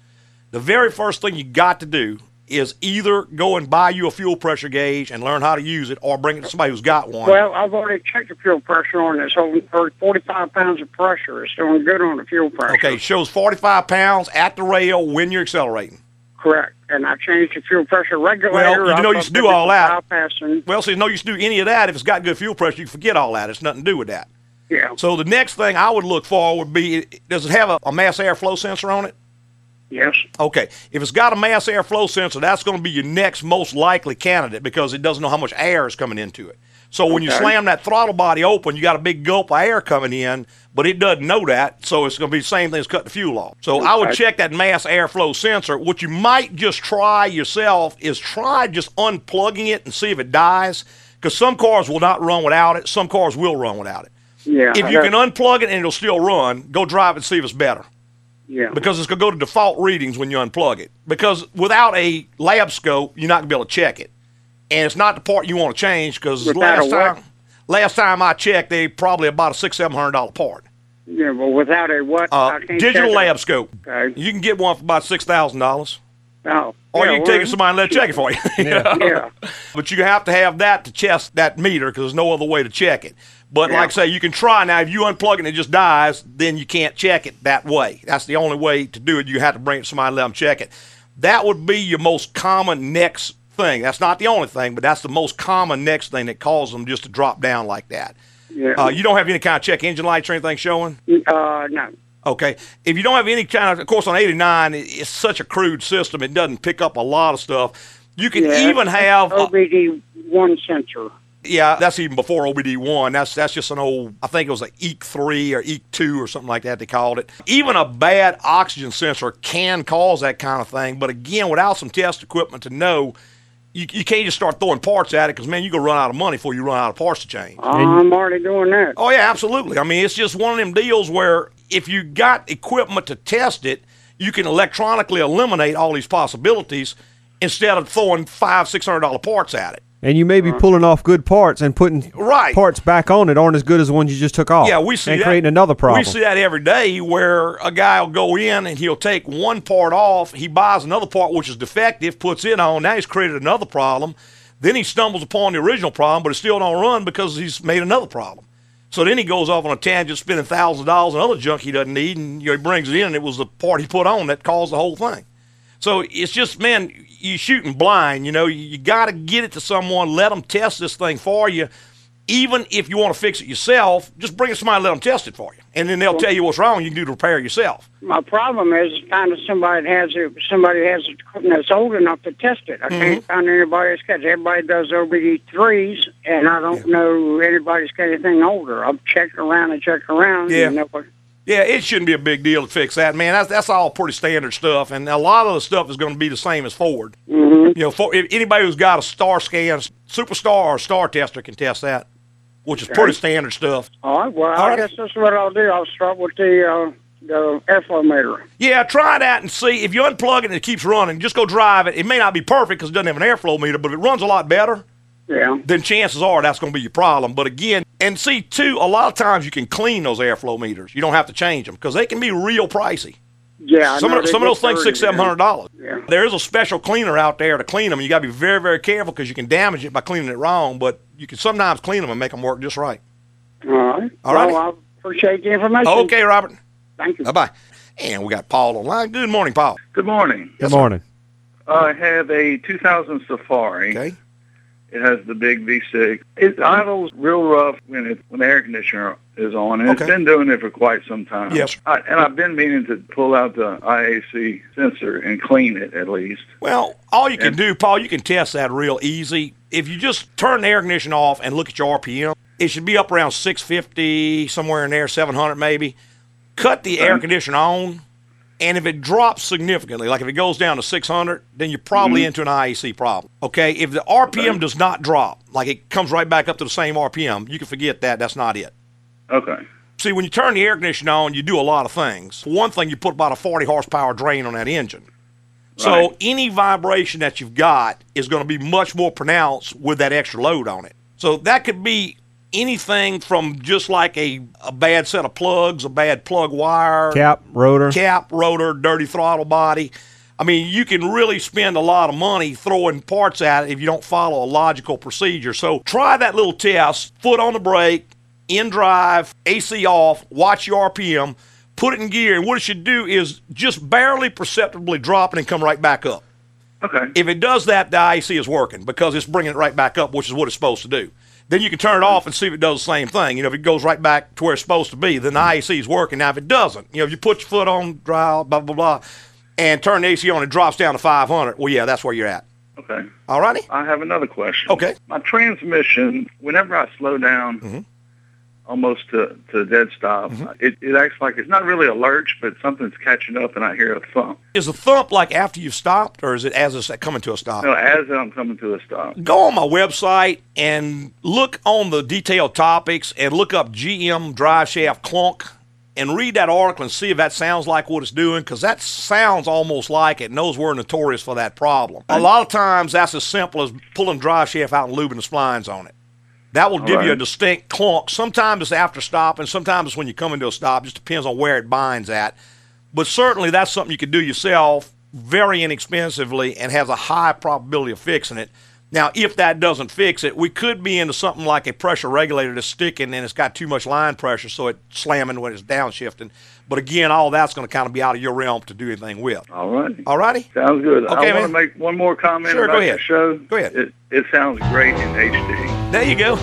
Speaker 2: The very first thing you got to do is either go and buy you a fuel pressure gauge and learn how to use it, or bring it to somebody who's got one.
Speaker 17: Well, I've already checked the fuel pressure on this. Holding for 45 pounds of pressure. It's doing good on the fuel pressure.
Speaker 2: okay, shows 45 pounds at the rail when you're accelerating.
Speaker 17: Correct. And I changed the fuel pressure regulator.
Speaker 2: Well, you
Speaker 17: I
Speaker 2: know you
Speaker 17: bumped
Speaker 2: should do
Speaker 17: it
Speaker 2: all
Speaker 17: to
Speaker 2: that.
Speaker 17: Bypassing.
Speaker 2: Well, see, no, you should do any of that. If it's got good fuel pressure, you forget all that. It's nothing to do with that.
Speaker 17: Yeah.
Speaker 2: So the next thing I would look for would be does it have a, a mass airflow sensor on it?
Speaker 17: Yes.
Speaker 2: Okay. If it's got a mass airflow sensor, that's going to be your next most likely candidate because it doesn't know how much air is coming into it. So when you
Speaker 17: Okay.
Speaker 2: slam that throttle body open, you got a big gulp of air coming in, but it doesn't know that, so it's going to be the same thing as cutting the fuel off. So I would
Speaker 17: Okay.
Speaker 2: check that mass airflow sensor. What you might just try yourself is try just unplugging it and see if it dies, because some cars will not run without it. Some cars will run without it.
Speaker 17: Yeah.
Speaker 2: If you can unplug it and it'll still run, go drive and see if it's better
Speaker 17: Yeah.
Speaker 2: because it's going to go to default readings when you unplug it. Because without a lab scope, you're not going to be able to check it. And it's not the part you want to change because last
Speaker 17: Without a what?
Speaker 2: time, last time I checked, they probably about a six seven hundred dollar part.
Speaker 17: Yeah, but without a what?
Speaker 2: Uh,
Speaker 17: can't
Speaker 2: digital
Speaker 17: check
Speaker 2: lab
Speaker 17: it.
Speaker 2: scope. You can get one for about six thousand dollars.
Speaker 17: Oh.
Speaker 2: Or
Speaker 17: yeah,
Speaker 2: you can
Speaker 17: well,
Speaker 2: take it to somebody and let it check it for you.
Speaker 17: Yeah.
Speaker 2: But you have to have that to test that meter because there's no other way to check it. But
Speaker 17: Yeah.
Speaker 2: like I say, you can try now. If you unplug it and it just dies, then you can't check it that way. That's the only way to do it. You have to bring it to somebody and let them check it. That would be your most common next thing. That's not the only thing, but that's the most common next thing that causes them just to drop down like that.
Speaker 17: Yeah.
Speaker 2: Uh, you don't have any kind of check engine lights or anything showing?
Speaker 17: Uh, no.
Speaker 2: Okay. If you don't have any kind of, of course, on 89, it- it's such a crude system, it doesn't pick up a lot of stuff. You can
Speaker 17: Yeah, Oh.
Speaker 2: even have. uh,
Speaker 17: OBD one sensor.
Speaker 2: Yeah, that's even before OBD one. That's that's just an old. I think it was like EEC three or EEC two or something like that. They called it. Even a bad oxygen sensor can cause that kind of thing. But again, without some test equipment to know, you, you can't just start throwing parts at it because man, you gonna run out of money before you run out of parts to change.
Speaker 17: I'm already doing that.
Speaker 2: Oh yeah, absolutely. I mean, it's just one of them deals where if you got equipment to test it, you can electronically eliminate all these possibilities instead of throwing five six hundred dollar parts at it.
Speaker 3: And you may be pulling off good parts and putting
Speaker 2: Uh-huh. Right.
Speaker 3: parts back on that aren't as good as the ones you just took off.
Speaker 2: Yeah, we see
Speaker 3: and
Speaker 2: that.
Speaker 3: creating another problem.
Speaker 2: We see that every day where a guy will go in and he'll take one part off, he buys another part which is defective, puts it on, now he's created another problem. Then he stumbles upon the original problem, but it still don't run because he's made another problem. So then he goes off on a tangent, spending thousands of dollars on other junk he doesn't need, and you know, he brings it in, and it was the part he put on that caused the whole thing. So it's just, man, you shooting blind. You know, you, you got to get it to someone, let them test this thing for you. Even if you want to fix it yourself, just bring it to somebody, and let them test it for you, and then they'll tell you what's wrong. You can do the repair yourself.
Speaker 17: My problem is finding somebody that has it, somebody that has equipment that's old enough to test it. I
Speaker 2: Mm-hmm.
Speaker 17: can't find anybody that's got. Everybody does OBD threes, and I don't know anybody's got anything older. I've checked around and checked around.
Speaker 2: Yeah.
Speaker 17: And nobody,
Speaker 2: Yeah, it shouldn't be a big deal to fix that, man. That's that's all pretty standard stuff, and a lot of the stuff is going to be the same as Ford.
Speaker 17: Mm-hmm.
Speaker 2: You know, for, if anybody who's got a star scan, superstar or star tester can test that, which is pretty
Speaker 17: Okay.
Speaker 2: standard stuff.
Speaker 17: all right. Well,
Speaker 2: All
Speaker 17: I
Speaker 2: right.
Speaker 17: guess that's what I'll do. I'll start with the uh, the airflow meter.
Speaker 2: Yeah, try that and see. If you unplug it and it keeps running, just go drive it. It may not be perfect because it doesn't have an airflow meter, but if it runs a lot better,
Speaker 17: yeah.
Speaker 2: then chances are that's going to be your problem. But again, and see, too, a lot of times you can clean those airflow meters. You don't have to change them because they can be real pricey.
Speaker 17: Yeah, I
Speaker 2: some
Speaker 17: know
Speaker 2: of,
Speaker 17: they
Speaker 2: some of
Speaker 17: get
Speaker 2: those things
Speaker 17: dirty,
Speaker 2: six seven
Speaker 17: man.
Speaker 2: hundred dollars.
Speaker 17: Yeah.
Speaker 2: There is a special cleaner out there to clean them. You got to be very very careful because you can damage it by cleaning it wrong. But you can sometimes clean them and make them work just right.
Speaker 17: All right.
Speaker 2: All right.
Speaker 17: Well, I appreciate the information.
Speaker 2: Okay, Robert.
Speaker 17: Thank you.
Speaker 2: Bye bye. And we got Paul online. Good morning, Paul.
Speaker 18: Good morning.
Speaker 3: Good morning.
Speaker 18: I have a 2000 Safari.
Speaker 2: Okay.
Speaker 18: It has the big V6. It idles real rough when it when the air conditioner is on, and it's
Speaker 2: Okay.
Speaker 18: been doing it for quite some time.
Speaker 2: Yes.
Speaker 18: I, and I've been meaning to pull out the IAC sensor and clean it at least.
Speaker 2: Well, all you can do, Paul, you can test that real easy. If you just turn the air conditioning off and look at your RPM, it should be up around 650, somewhere in there, 700 maybe. Cut the
Speaker 18: Uh-huh.
Speaker 2: air conditioner on, and if it drops significantly, like if it goes down to 600, then you're probably
Speaker 18: Mm-hmm.
Speaker 2: into
Speaker 17: Mhm.
Speaker 2: an IAC problem. Okay, if the RPM does not drop, like it comes right back up to the same RPM, you can forget that. That's not it.
Speaker 18: Okay.
Speaker 2: See, when you turn the air conditioning on, you do a lot of things. For one thing, you put about a 40 horsepower drain on that engine. So
Speaker 18: Right.
Speaker 2: any vibration that you've got is going to be much more pronounced with that extra load on it. So that could be anything from just like a, a bad set of plugs, a bad plug wire,
Speaker 3: Cap, rotor.
Speaker 2: cap, rotor, dirty throttle body. I mean, you can really spend a lot of money throwing parts at it if you don't follow a logical procedure. So try that little test foot on the brake, in drive, AC off, watch your RPM, put it in gear. And what it should do is just barely perceptibly drop it and come right back up. Okay. If it does that, the IEC is working because it's bringing it right back up, which is what it's supposed to do. Then you can turn it off and see if it does the same thing. You know, if it goes right back to where it's supposed to be, then the IEC is working. Now, if it doesn't, you know, if you put your foot on dry, blah, blah, blah, and turn the AC on, it drops down to 500. Well, yeah, that's where you're at.
Speaker 18: Okay.
Speaker 2: All righty.
Speaker 18: I have another question.
Speaker 2: Okay.
Speaker 18: My transmission, whenever I slow down
Speaker 2: Mm-hmm.
Speaker 18: almost to, to a dead stop, it, it acts like it's not really a lurch, but something's catching up and I hear a thump.
Speaker 2: Is the thump like after you've stopped, or is it as it's coming to a stop?
Speaker 18: No, as I'm coming to a stop.
Speaker 2: Go on my website and look on the detailed topics and look up GM drive shaft clunk and read that article and see if that sounds like what it's doing because that sounds almost like it knows we're notorious for that problem. A lot of times that's as simple as pulling drive shaft out and lubing the splines on it. That will
Speaker 18: All
Speaker 2: give you a
Speaker 18: right.
Speaker 2: distinct clunk. Sometimes it's after stop, and sometimes it's when you come into a stop. Just depends on where it binds at. But certainly that's something you can do yourself very inexpensively and has a high probability of fixing it. Now, if that doesn't fix it, we could be into something like a pressure regulator that's sticking and it's got too much line pressure, so it's slamming when it's downshifting. But again, all that's going to kind of be out of your realm to do anything with.
Speaker 18: All right.
Speaker 2: All righty?
Speaker 18: Sounds good.
Speaker 2: Okay,
Speaker 18: I want to
Speaker 2: man.
Speaker 18: make one more comment
Speaker 2: Sure, go
Speaker 18: about
Speaker 2: ahead.
Speaker 18: your show.
Speaker 2: Go ahead.
Speaker 18: It, it sounds great in HD.
Speaker 2: There you go.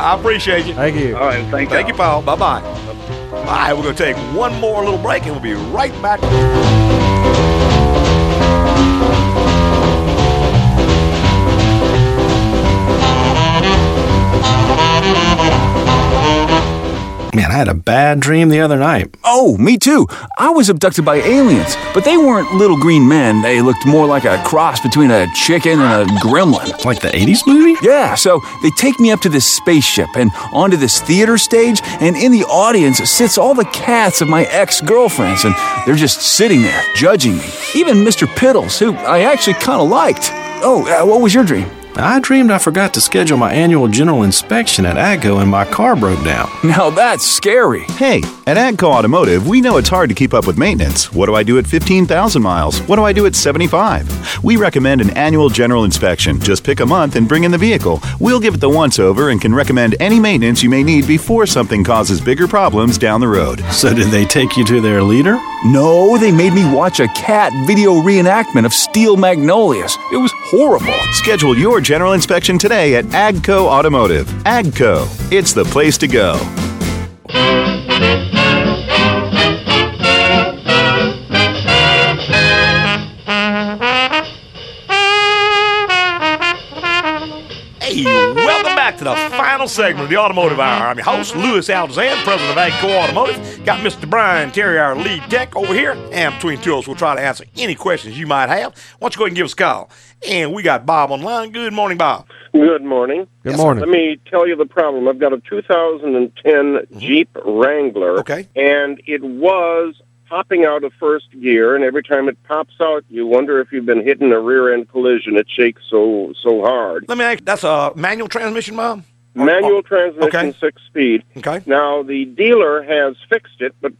Speaker 2: I appreciate you.
Speaker 3: Thank you.
Speaker 18: All right. Thank,
Speaker 2: Thank you, Paul. Bye bye. All right, we're going to take one more little break and we'll be right back.
Speaker 19: Man, I had a bad dream the other night. Oh, me too. I was abducted by aliens, but they weren't little green men. They looked more like a cross between a chicken and a gremlin. Like the 80s movie? Yeah, so they take me up to this spaceship and onto this theater stage, and in the audience sits all the cats of my ex girlfriends, and they're just sitting there, judging me. Even Mr. Piddles, who I actually kind of liked. Oh, uh, what was your dream?
Speaker 20: I dreamed I forgot to schedule my annual general inspection at AGCO and my car broke down.
Speaker 19: Now that's scary.
Speaker 11: Hey, at AGCO Automotive, we know it's hard to keep up with maintenance. What do I do at 15,000 miles? What do I do at 75? We recommend an annual general inspection. Just pick a month and bring in the vehicle. We'll give it the once over and can recommend any maintenance you may need before something causes bigger problems down the road.
Speaker 20: So, did they take you to their leader?
Speaker 19: No, they made me watch a cat video reenactment of Steel Magnolias. It was horrible.
Speaker 11: Schedule your general inspection today at AGCO Automotive. AGCO, it's the place to go.
Speaker 2: Hey, welcome back to the final segment of the Automotive Hour. I'm your host, Louis Altazan, president of AGCO Automotive. Got Mr. Brian Terry, our lead tech, over here. And between two of us, we'll try to answer any questions you might have. Why don't you go ahead and give us a call? And we got Bob online. Good morning, Bob.
Speaker 21: Good morning.
Speaker 3: Good morning.
Speaker 21: Let me tell you the problem. I've got a 2010 Jeep Wrangler.
Speaker 2: Mm-hmm. Okay.
Speaker 21: And it was popping out of first gear, and every time it pops out, you wonder if you've been hitting a rear end collision. It shakes so so hard.
Speaker 2: Let me ask that's a manual transmission, Bob?
Speaker 21: Manual transmission, six speed.
Speaker 2: Okay.
Speaker 21: Now the dealer has fixed it, but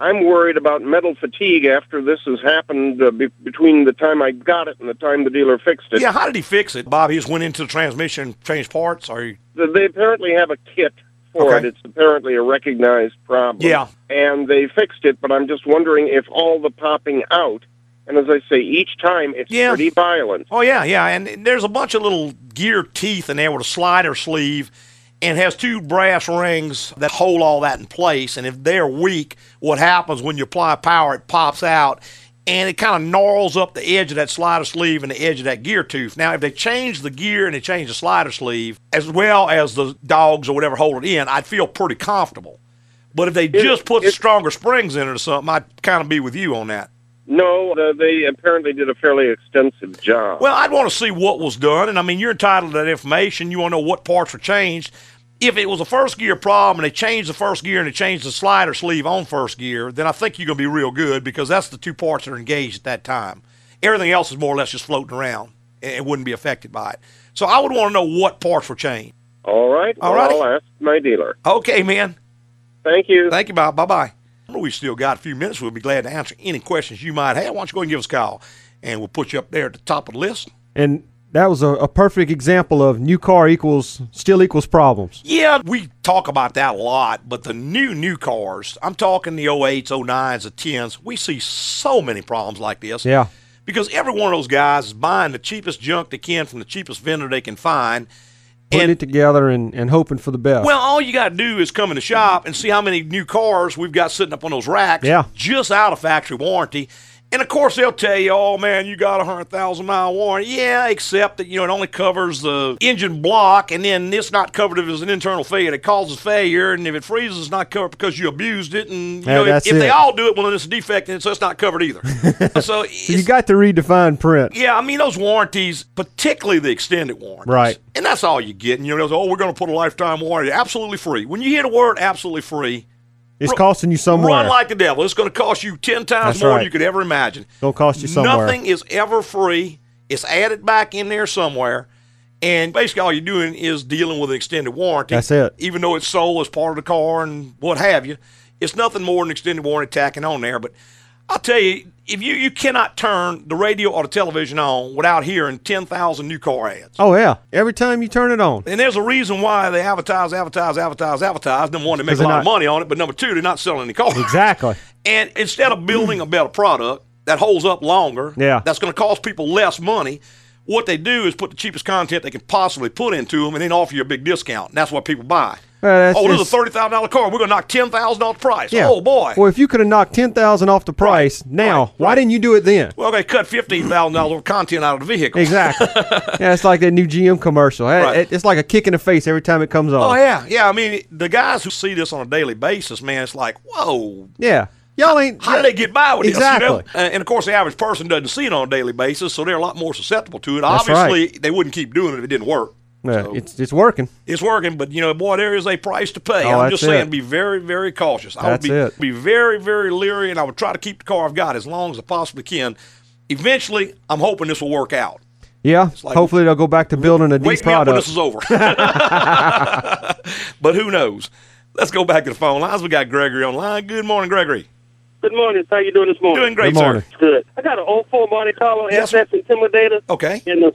Speaker 21: I'm worried about metal fatigue after this has happened uh, be- between the time I got it and the time the dealer fixed it.
Speaker 2: Yeah, how did he fix it? Bob, he just went into the transmission, changed parts, or he-
Speaker 21: Th- They apparently have a kit for
Speaker 2: Okay.
Speaker 21: it. It's apparently a recognized problem.
Speaker 2: Yeah.
Speaker 21: And they fixed it, but I'm just wondering if all the popping out, and as I say, each time it's
Speaker 2: Yeah.
Speaker 21: pretty violent.
Speaker 2: Oh yeah, yeah, and there's a bunch of little gear teeth in there with a slider sleeve, and has two brass rings that hold all that in place. And if they're weak, what happens when you apply power? It pops out, and it kind of gnarls up the edge of that slider sleeve and the edge of that gear tooth. Now, if they change the gear and they change the slider sleeve as well as the dogs or whatever hold it in, I'd feel pretty comfortable. But if they just put stronger springs in it or something, I'd kind of be with you on that.
Speaker 21: No, uh, they apparently did a fairly extensive job.
Speaker 2: Well, I'd want to see what was done, and I mean, you're entitled to that information. You want to know what parts were changed. If it was a first gear problem and they changed the first gear and they changed the slider sleeve on first gear, then I think you're going to be real good because that's the two parts that are engaged at that time. Everything else is more or less just floating around and it wouldn't be affected by it. So I would want to know what parts were changed.
Speaker 21: all right.
Speaker 2: All
Speaker 21: well,
Speaker 2: righty.
Speaker 21: I'll ask my dealer.
Speaker 2: Okay, man.
Speaker 21: Thank you.
Speaker 2: Thank you, Bob. Bye bye. We've still got a few minutes. We'll be glad to answer any questions you might have. Why don't you go ahead and give us a call? And we'll put you up there at the top of the list.
Speaker 3: And that was a, a perfect example of new car equals still equals problems.
Speaker 2: Yeah, we talk about that a lot, but the new, new oh cars, I'm talking the 08s, 09s, the 10s, we see so many problems like this.
Speaker 3: Yeah.
Speaker 2: because every one of those guys is buying the cheapest junk they can from the cheapest vendor they can find.
Speaker 3: Putting it together and, and hoping for the best.
Speaker 2: Well, all you got to do is come in the shop and see how many new cars we've got sitting up on those racks
Speaker 3: Yeah.
Speaker 2: just out of factory warranty. And of course, they'll tell you, oh man, you got a 100,000 mile warranty. Yeah, except that, you know, it only covers the engine block, and then it's not covered if it's an internal failure. It causes failure, and if it freezes, it's not covered because you abused it. And, you
Speaker 3: Yeah,
Speaker 2: know, if,
Speaker 3: that's
Speaker 2: if they
Speaker 3: it.
Speaker 2: all do it, well, then it's a defect, and so it's not covered either. so,
Speaker 3: So you got to redefine print.
Speaker 2: yeah, I mean, those warranties, particularly the extended warranty.
Speaker 3: Right.
Speaker 2: And that's all you get. And you know, those, oh, we're going to put a lifetime warranty, absolutely free. When you hear the word absolutely free,
Speaker 3: It's costing you somewhere.
Speaker 2: run like the devil. It's going to cost you 10 times
Speaker 3: That's
Speaker 2: more
Speaker 3: right.
Speaker 2: than you could ever imagine.
Speaker 3: Gonna cost you somewhere.
Speaker 2: Nothing is ever free. It's added back in there somewhere. And basically, all you're doing is dealing with an extended warranty.
Speaker 3: That's it.
Speaker 2: Even though it's sold as part of the car and what have you, it's nothing more than extended warranty tacking on there. But I'll tell you, if you, you cannot turn the radio or the television on without hearing 10,000 new car ads.
Speaker 3: Oh yeah. Every time you turn it on.
Speaker 2: And there's a reason why they advertise, advertise, advertise, advertise. Number one, they make
Speaker 3: 'Cause
Speaker 2: a
Speaker 3: they're
Speaker 2: lot of
Speaker 3: not-
Speaker 2: money on it, but number two, they're not selling any cars.
Speaker 3: Exactly.
Speaker 2: And instead of building a better product that holds up longer,
Speaker 3: Yeah.
Speaker 2: that's going to cost people less money. What they do is put the cheapest content they can possibly put into them, and then offer you a big discount. And that's what people buy.
Speaker 3: Well, that's-
Speaker 2: oh, this is
Speaker 3: it's-
Speaker 2: a thirty thousand dollar car. We're going to knock ten thousand dollars price.
Speaker 3: Yeah.
Speaker 2: Oh boy.
Speaker 3: Well, if you could have knocked ten thousand off the price now, why didn't you do it then?
Speaker 2: Well, they cut fifteen thousand dollars of content out of the vehicle.
Speaker 3: Exactly. yeah, it's like that new GM commercial. Hey,
Speaker 2: Right.
Speaker 3: it- It's like a kick in the face every time it comes on.
Speaker 2: Oh yeah, yeah. I mean, the guys who see this on a daily basis, man, it's like, whoa,
Speaker 3: Yeah. Y'all ain't.
Speaker 2: How do they get by with
Speaker 3: exactly.
Speaker 2: this? you know? Uh, and of course, the average person doesn't see it on a daily basis, so they're a lot more susceptible to it.
Speaker 3: That's
Speaker 2: Obviously, they wouldn't keep doing it if it didn't work.
Speaker 3: Yeah, it's it's working.
Speaker 2: It's working, but you know, boy, there is a price to pay.
Speaker 3: Oh,
Speaker 2: I'm
Speaker 3: that's
Speaker 2: just saying,
Speaker 3: it.
Speaker 2: be very, very cautious. I would
Speaker 3: That's
Speaker 2: be,
Speaker 3: it.
Speaker 2: be very, very leery, and I would try to keep the car I've got as long as I possibly can. Eventually, I'm hoping this will work out.
Speaker 3: Yeah.
Speaker 2: like-
Speaker 3: Hopefully they'll go back to building a
Speaker 2: Wake
Speaker 3: decent
Speaker 2: me up when
Speaker 3: product.
Speaker 2: this is over. but who knows? Let's go back to the phone lines. We got Gregory online. Good morning, Gregory.
Speaker 22: Good morning. How you doing this morning?
Speaker 2: Doing great, Good morning. sir.
Speaker 22: Good. I got an 04 Monte Carlo SS Intimidator.
Speaker 2: Okay.
Speaker 22: And the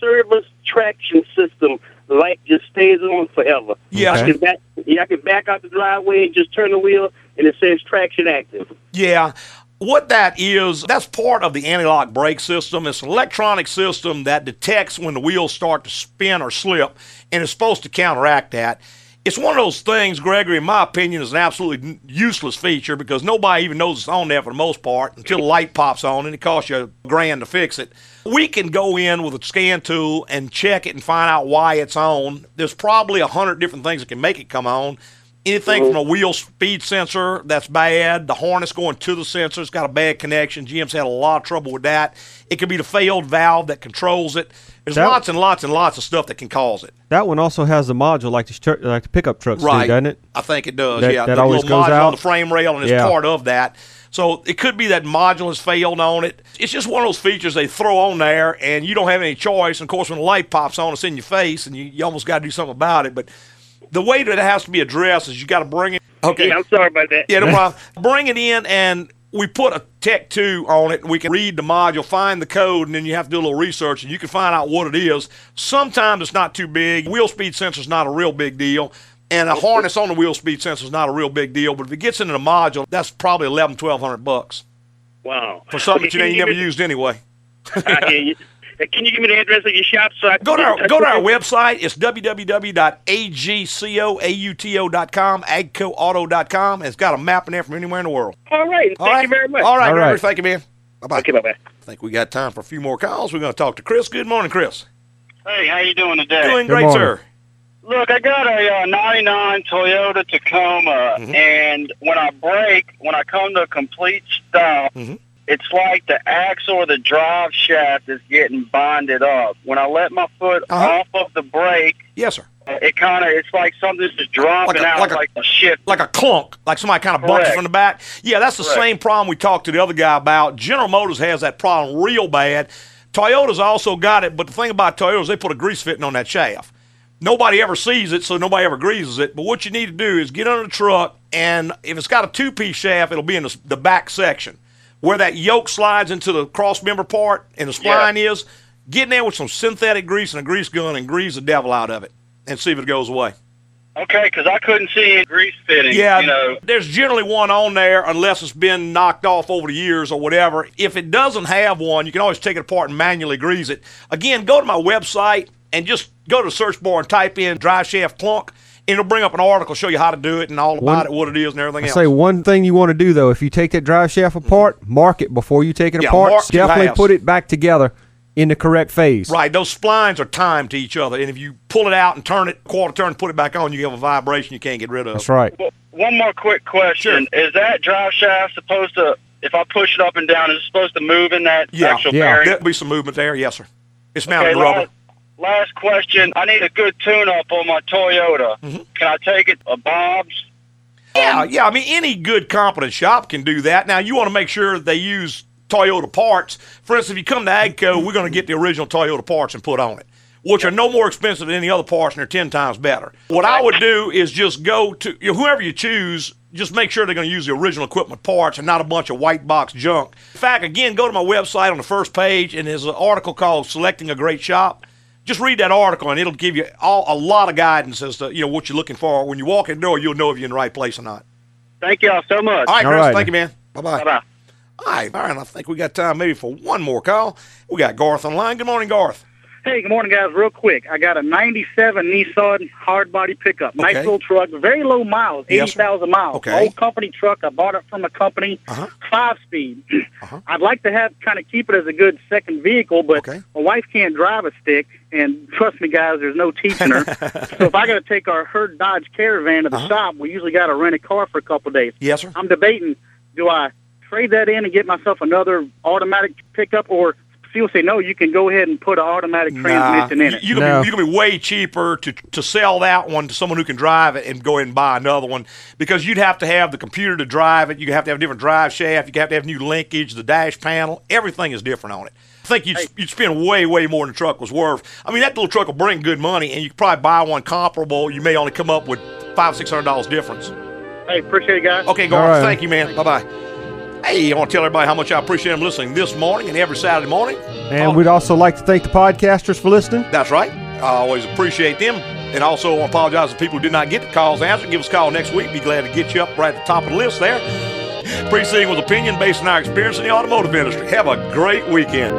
Speaker 22: service traction system light just stays on forever.
Speaker 2: Yeah.
Speaker 22: I can back, yeah, I can back out the driveway and just turn the wheel, and it says traction active.
Speaker 2: Yeah. What that is, that's part of the anti-lock brake system. It's an electronic system that detects when the wheels start to spin or slip, and it's supposed to counteract that. It's one of those things, Gregory, in my opinion, is an absolutely n- useless feature because nobody even knows it's on there for the most part until the light pops on and it costs you a grand to fix it. We can go in with a scan tool and check it and find out why it's on. There's probably a hundred different things that can make it come on anything
Speaker 22: Mm-hmm.
Speaker 2: from a wheel speed sensor that's bad, the harness going to the sensor, it's got a bad connection. GM's had a lot of trouble with that. It could be the failed valve that controls it. There's
Speaker 3: That-
Speaker 2: lots and lots and lots of stuff that can cause it.
Speaker 3: That one also has the module like the stru- like the pickup trucks
Speaker 2: Right.
Speaker 3: do, doesn't it?
Speaker 2: I think it does.
Speaker 3: That-
Speaker 2: yeah,
Speaker 3: that
Speaker 2: the
Speaker 3: always
Speaker 2: little
Speaker 3: goes
Speaker 2: module
Speaker 3: out?
Speaker 2: on the frame rail, and it's
Speaker 3: Yeah.
Speaker 2: part of that. So it could be that module has failed on it. It's just one of those features they throw on there, and you don't have any choice. And of course, when the light pops on, it's in your face, and you, you almost got to do something about it. But the way that it has to be addressed is you got to bring it. Okay,
Speaker 22: Yeah, I'm sorry about that.
Speaker 2: Yeah, no problem. bring it in, and we put a Tech 2 on it. We can read the module, find the code, and then you have to do a little research, and you can find out what it is. Sometimes it's not too big. Wheel speed sensor is not a real big deal. And a harness on the wheel speed sensor is not a real big deal, but if it gets into the module, that's probably eleven, twelve hundred bucks
Speaker 22: Wow.
Speaker 2: for something that you
Speaker 22: Can
Speaker 2: ain't
Speaker 22: give
Speaker 2: never
Speaker 22: me-
Speaker 2: used anyway.
Speaker 22: I hear you. Uh, Can you give me the address of your shop so I can
Speaker 2: Go
Speaker 22: get
Speaker 2: to
Speaker 22: in
Speaker 2: our
Speaker 22: touch
Speaker 2: go to
Speaker 22: with
Speaker 2: our
Speaker 22: you?
Speaker 2: website. It's www.agcoauto.com, agcoauto.com. and It's got a map in there from anywhere in the world.
Speaker 22: All right. Thank you very much.
Speaker 2: All right, Gregory, thank you, man. Bye bye. Okay,
Speaker 22: bye bye.
Speaker 2: I think we got time for a few more calls. We're going to talk to Chris. Good morning, Chris.
Speaker 23: Hey, how you doing today?
Speaker 2: Doing great, sir.
Speaker 23: Look, I got a uh, 99 Toyota Tacoma,
Speaker 2: Mm-hmm.
Speaker 23: and when I brake, when I come to a complete stop,
Speaker 2: Mm-hmm.
Speaker 23: it's like the axle or the drive shaft is getting bonded up. When I let my foot off of the brake,
Speaker 2: Uh-huh. yes, sir.
Speaker 23: It kind of it's like something's just dropping out like, a shit.
Speaker 2: Like a clunk, like somebody kind of bunches
Speaker 23: Correct.
Speaker 2: from the back. Yeah, that's the
Speaker 23: Correct.
Speaker 2: same problem we talked to the other guy about. General Motors has that problem real bad. Toyota's also got it, but the thing about Toyota is they put a grease fitting on that shaft. Nobody ever sees it, so nobody ever greases it. But what you need to do is get under the truck, and if it's got a two piece shaft, it'll be in the, the back section where that yoke slides into the cross member part and the spline is. Get in there with some synthetic grease and a grease gun and grease the devil out of it and see if it goes away.
Speaker 23: Okay, because I couldn't see any grease fitting.
Speaker 2: Yeah,
Speaker 23: you know.
Speaker 2: there's generally one on there unless it's been knocked off over the years or whatever. If it doesn't have one, you can always take it apart and manually grease it. Again, go to my website and just go to the search bar and type in drive shaft plunk, and it'll bring up an article, show you how to do it and all about
Speaker 3: One-
Speaker 2: it, what it is, and everything
Speaker 3: I
Speaker 2: else. Mm-hmm.
Speaker 3: say one thing you want to do though, if you take that drive shaft apart, mark it before you take it
Speaker 2: Yeah,
Speaker 3: apart.
Speaker 2: mark two
Speaker 3: Definitely
Speaker 2: halves.
Speaker 3: put it back together in the correct phase.
Speaker 2: Right, those splines are timed to each other, and if you pull it out and turn it quarter turn, put it back on, you have a vibration you can't get rid of.
Speaker 3: That's right.
Speaker 23: One more quick question: Is that drive shaft supposed to, if I push it up and down, is it supposed to move in that
Speaker 2: Yeah,
Speaker 23: actual
Speaker 2: yeah.
Speaker 23: bearing?
Speaker 2: There'll be some movement there. Yes, sir. It's mounted in
Speaker 23: last-
Speaker 2: rubber.
Speaker 23: Last question. I need a good tune-up on my Toyota. Can I take it a Bob's?
Speaker 2: Yeah, yeah. I mean, any good competent shop can do that. Now, you want to make sure they use Toyota parts. For instance, if you come to Agco, we're going to get the original Toyota parts and put on it, which are no more expensive than any other parts and they're ten times better. What I would do is just go to you know, whoever you choose. Just make sure they're going to use the original equipment parts and not a bunch of white box junk. In fact, again, go to my website on the first page, and there's an article called "Selecting a Great Shop." just read that article and it'll give you all, a lot of guidance as to you know what you're looking for. When you walk in the door, you'll know if you're in the right place or not.
Speaker 23: Thank y'all so much.
Speaker 2: All right, Chris. Thank you, man. Bye bye. Bye All right, all right. I think we got time maybe for one more call. We got Garth on the line. Good morning, Garth.
Speaker 1: Hey, good morning, guys. Real quick, I got a '97 Nissan hard body pickup. Nice
Speaker 2: Okay.
Speaker 1: little truck, very low miles,
Speaker 2: Yes,
Speaker 1: eighty
Speaker 2: sir.
Speaker 1: thousand miles.
Speaker 2: Okay. Uh-huh.
Speaker 1: Old company truck. I bought it from a company, five speed. I'd like to have kind of keep it as a good second vehicle, but my wife can't drive a stick, and trust me, guys, there's no teaching her. so if I got to take our her Dodge Caravan to the shop, we usually got to rent a car for a couple days.
Speaker 2: Uh-huh. Yes, sir.
Speaker 1: I'm debating: do I trade that in and get myself another automatic pickup, or she'll say no, you can go ahead and put an automatic transmission in
Speaker 2: you,
Speaker 1: it.
Speaker 2: you can be, you can be way cheaper to, to sell that one to someone who can drive it and go ahead and buy another one because you'd have to have the computer to drive it. You have to have a different drive shaft. You have to have new linkage, the dash panel. Everything is different on it. I think you'd, you'd spend way, way more than the truck was worth. I mean, that little truck will bring good money, and you could probably buy one comparable. You may only come up with five, six hundred dollars difference.
Speaker 1: Hey, appreciate it, guys.
Speaker 2: Okay, Garth, thank you, man. Bye bye. Hey, I want to tell everybody how much I appreciate them listening this morning and every Saturday morning.
Speaker 3: And we'd also like to thank the podcasters for listening.
Speaker 2: That's right. I always appreciate them. And also I apologize to people who did not get the calls answered. Give us a call next week. Be glad to get you up right at the top of the list there. Preceding with opinion based on our experience in the automotive industry. Have a great weekend.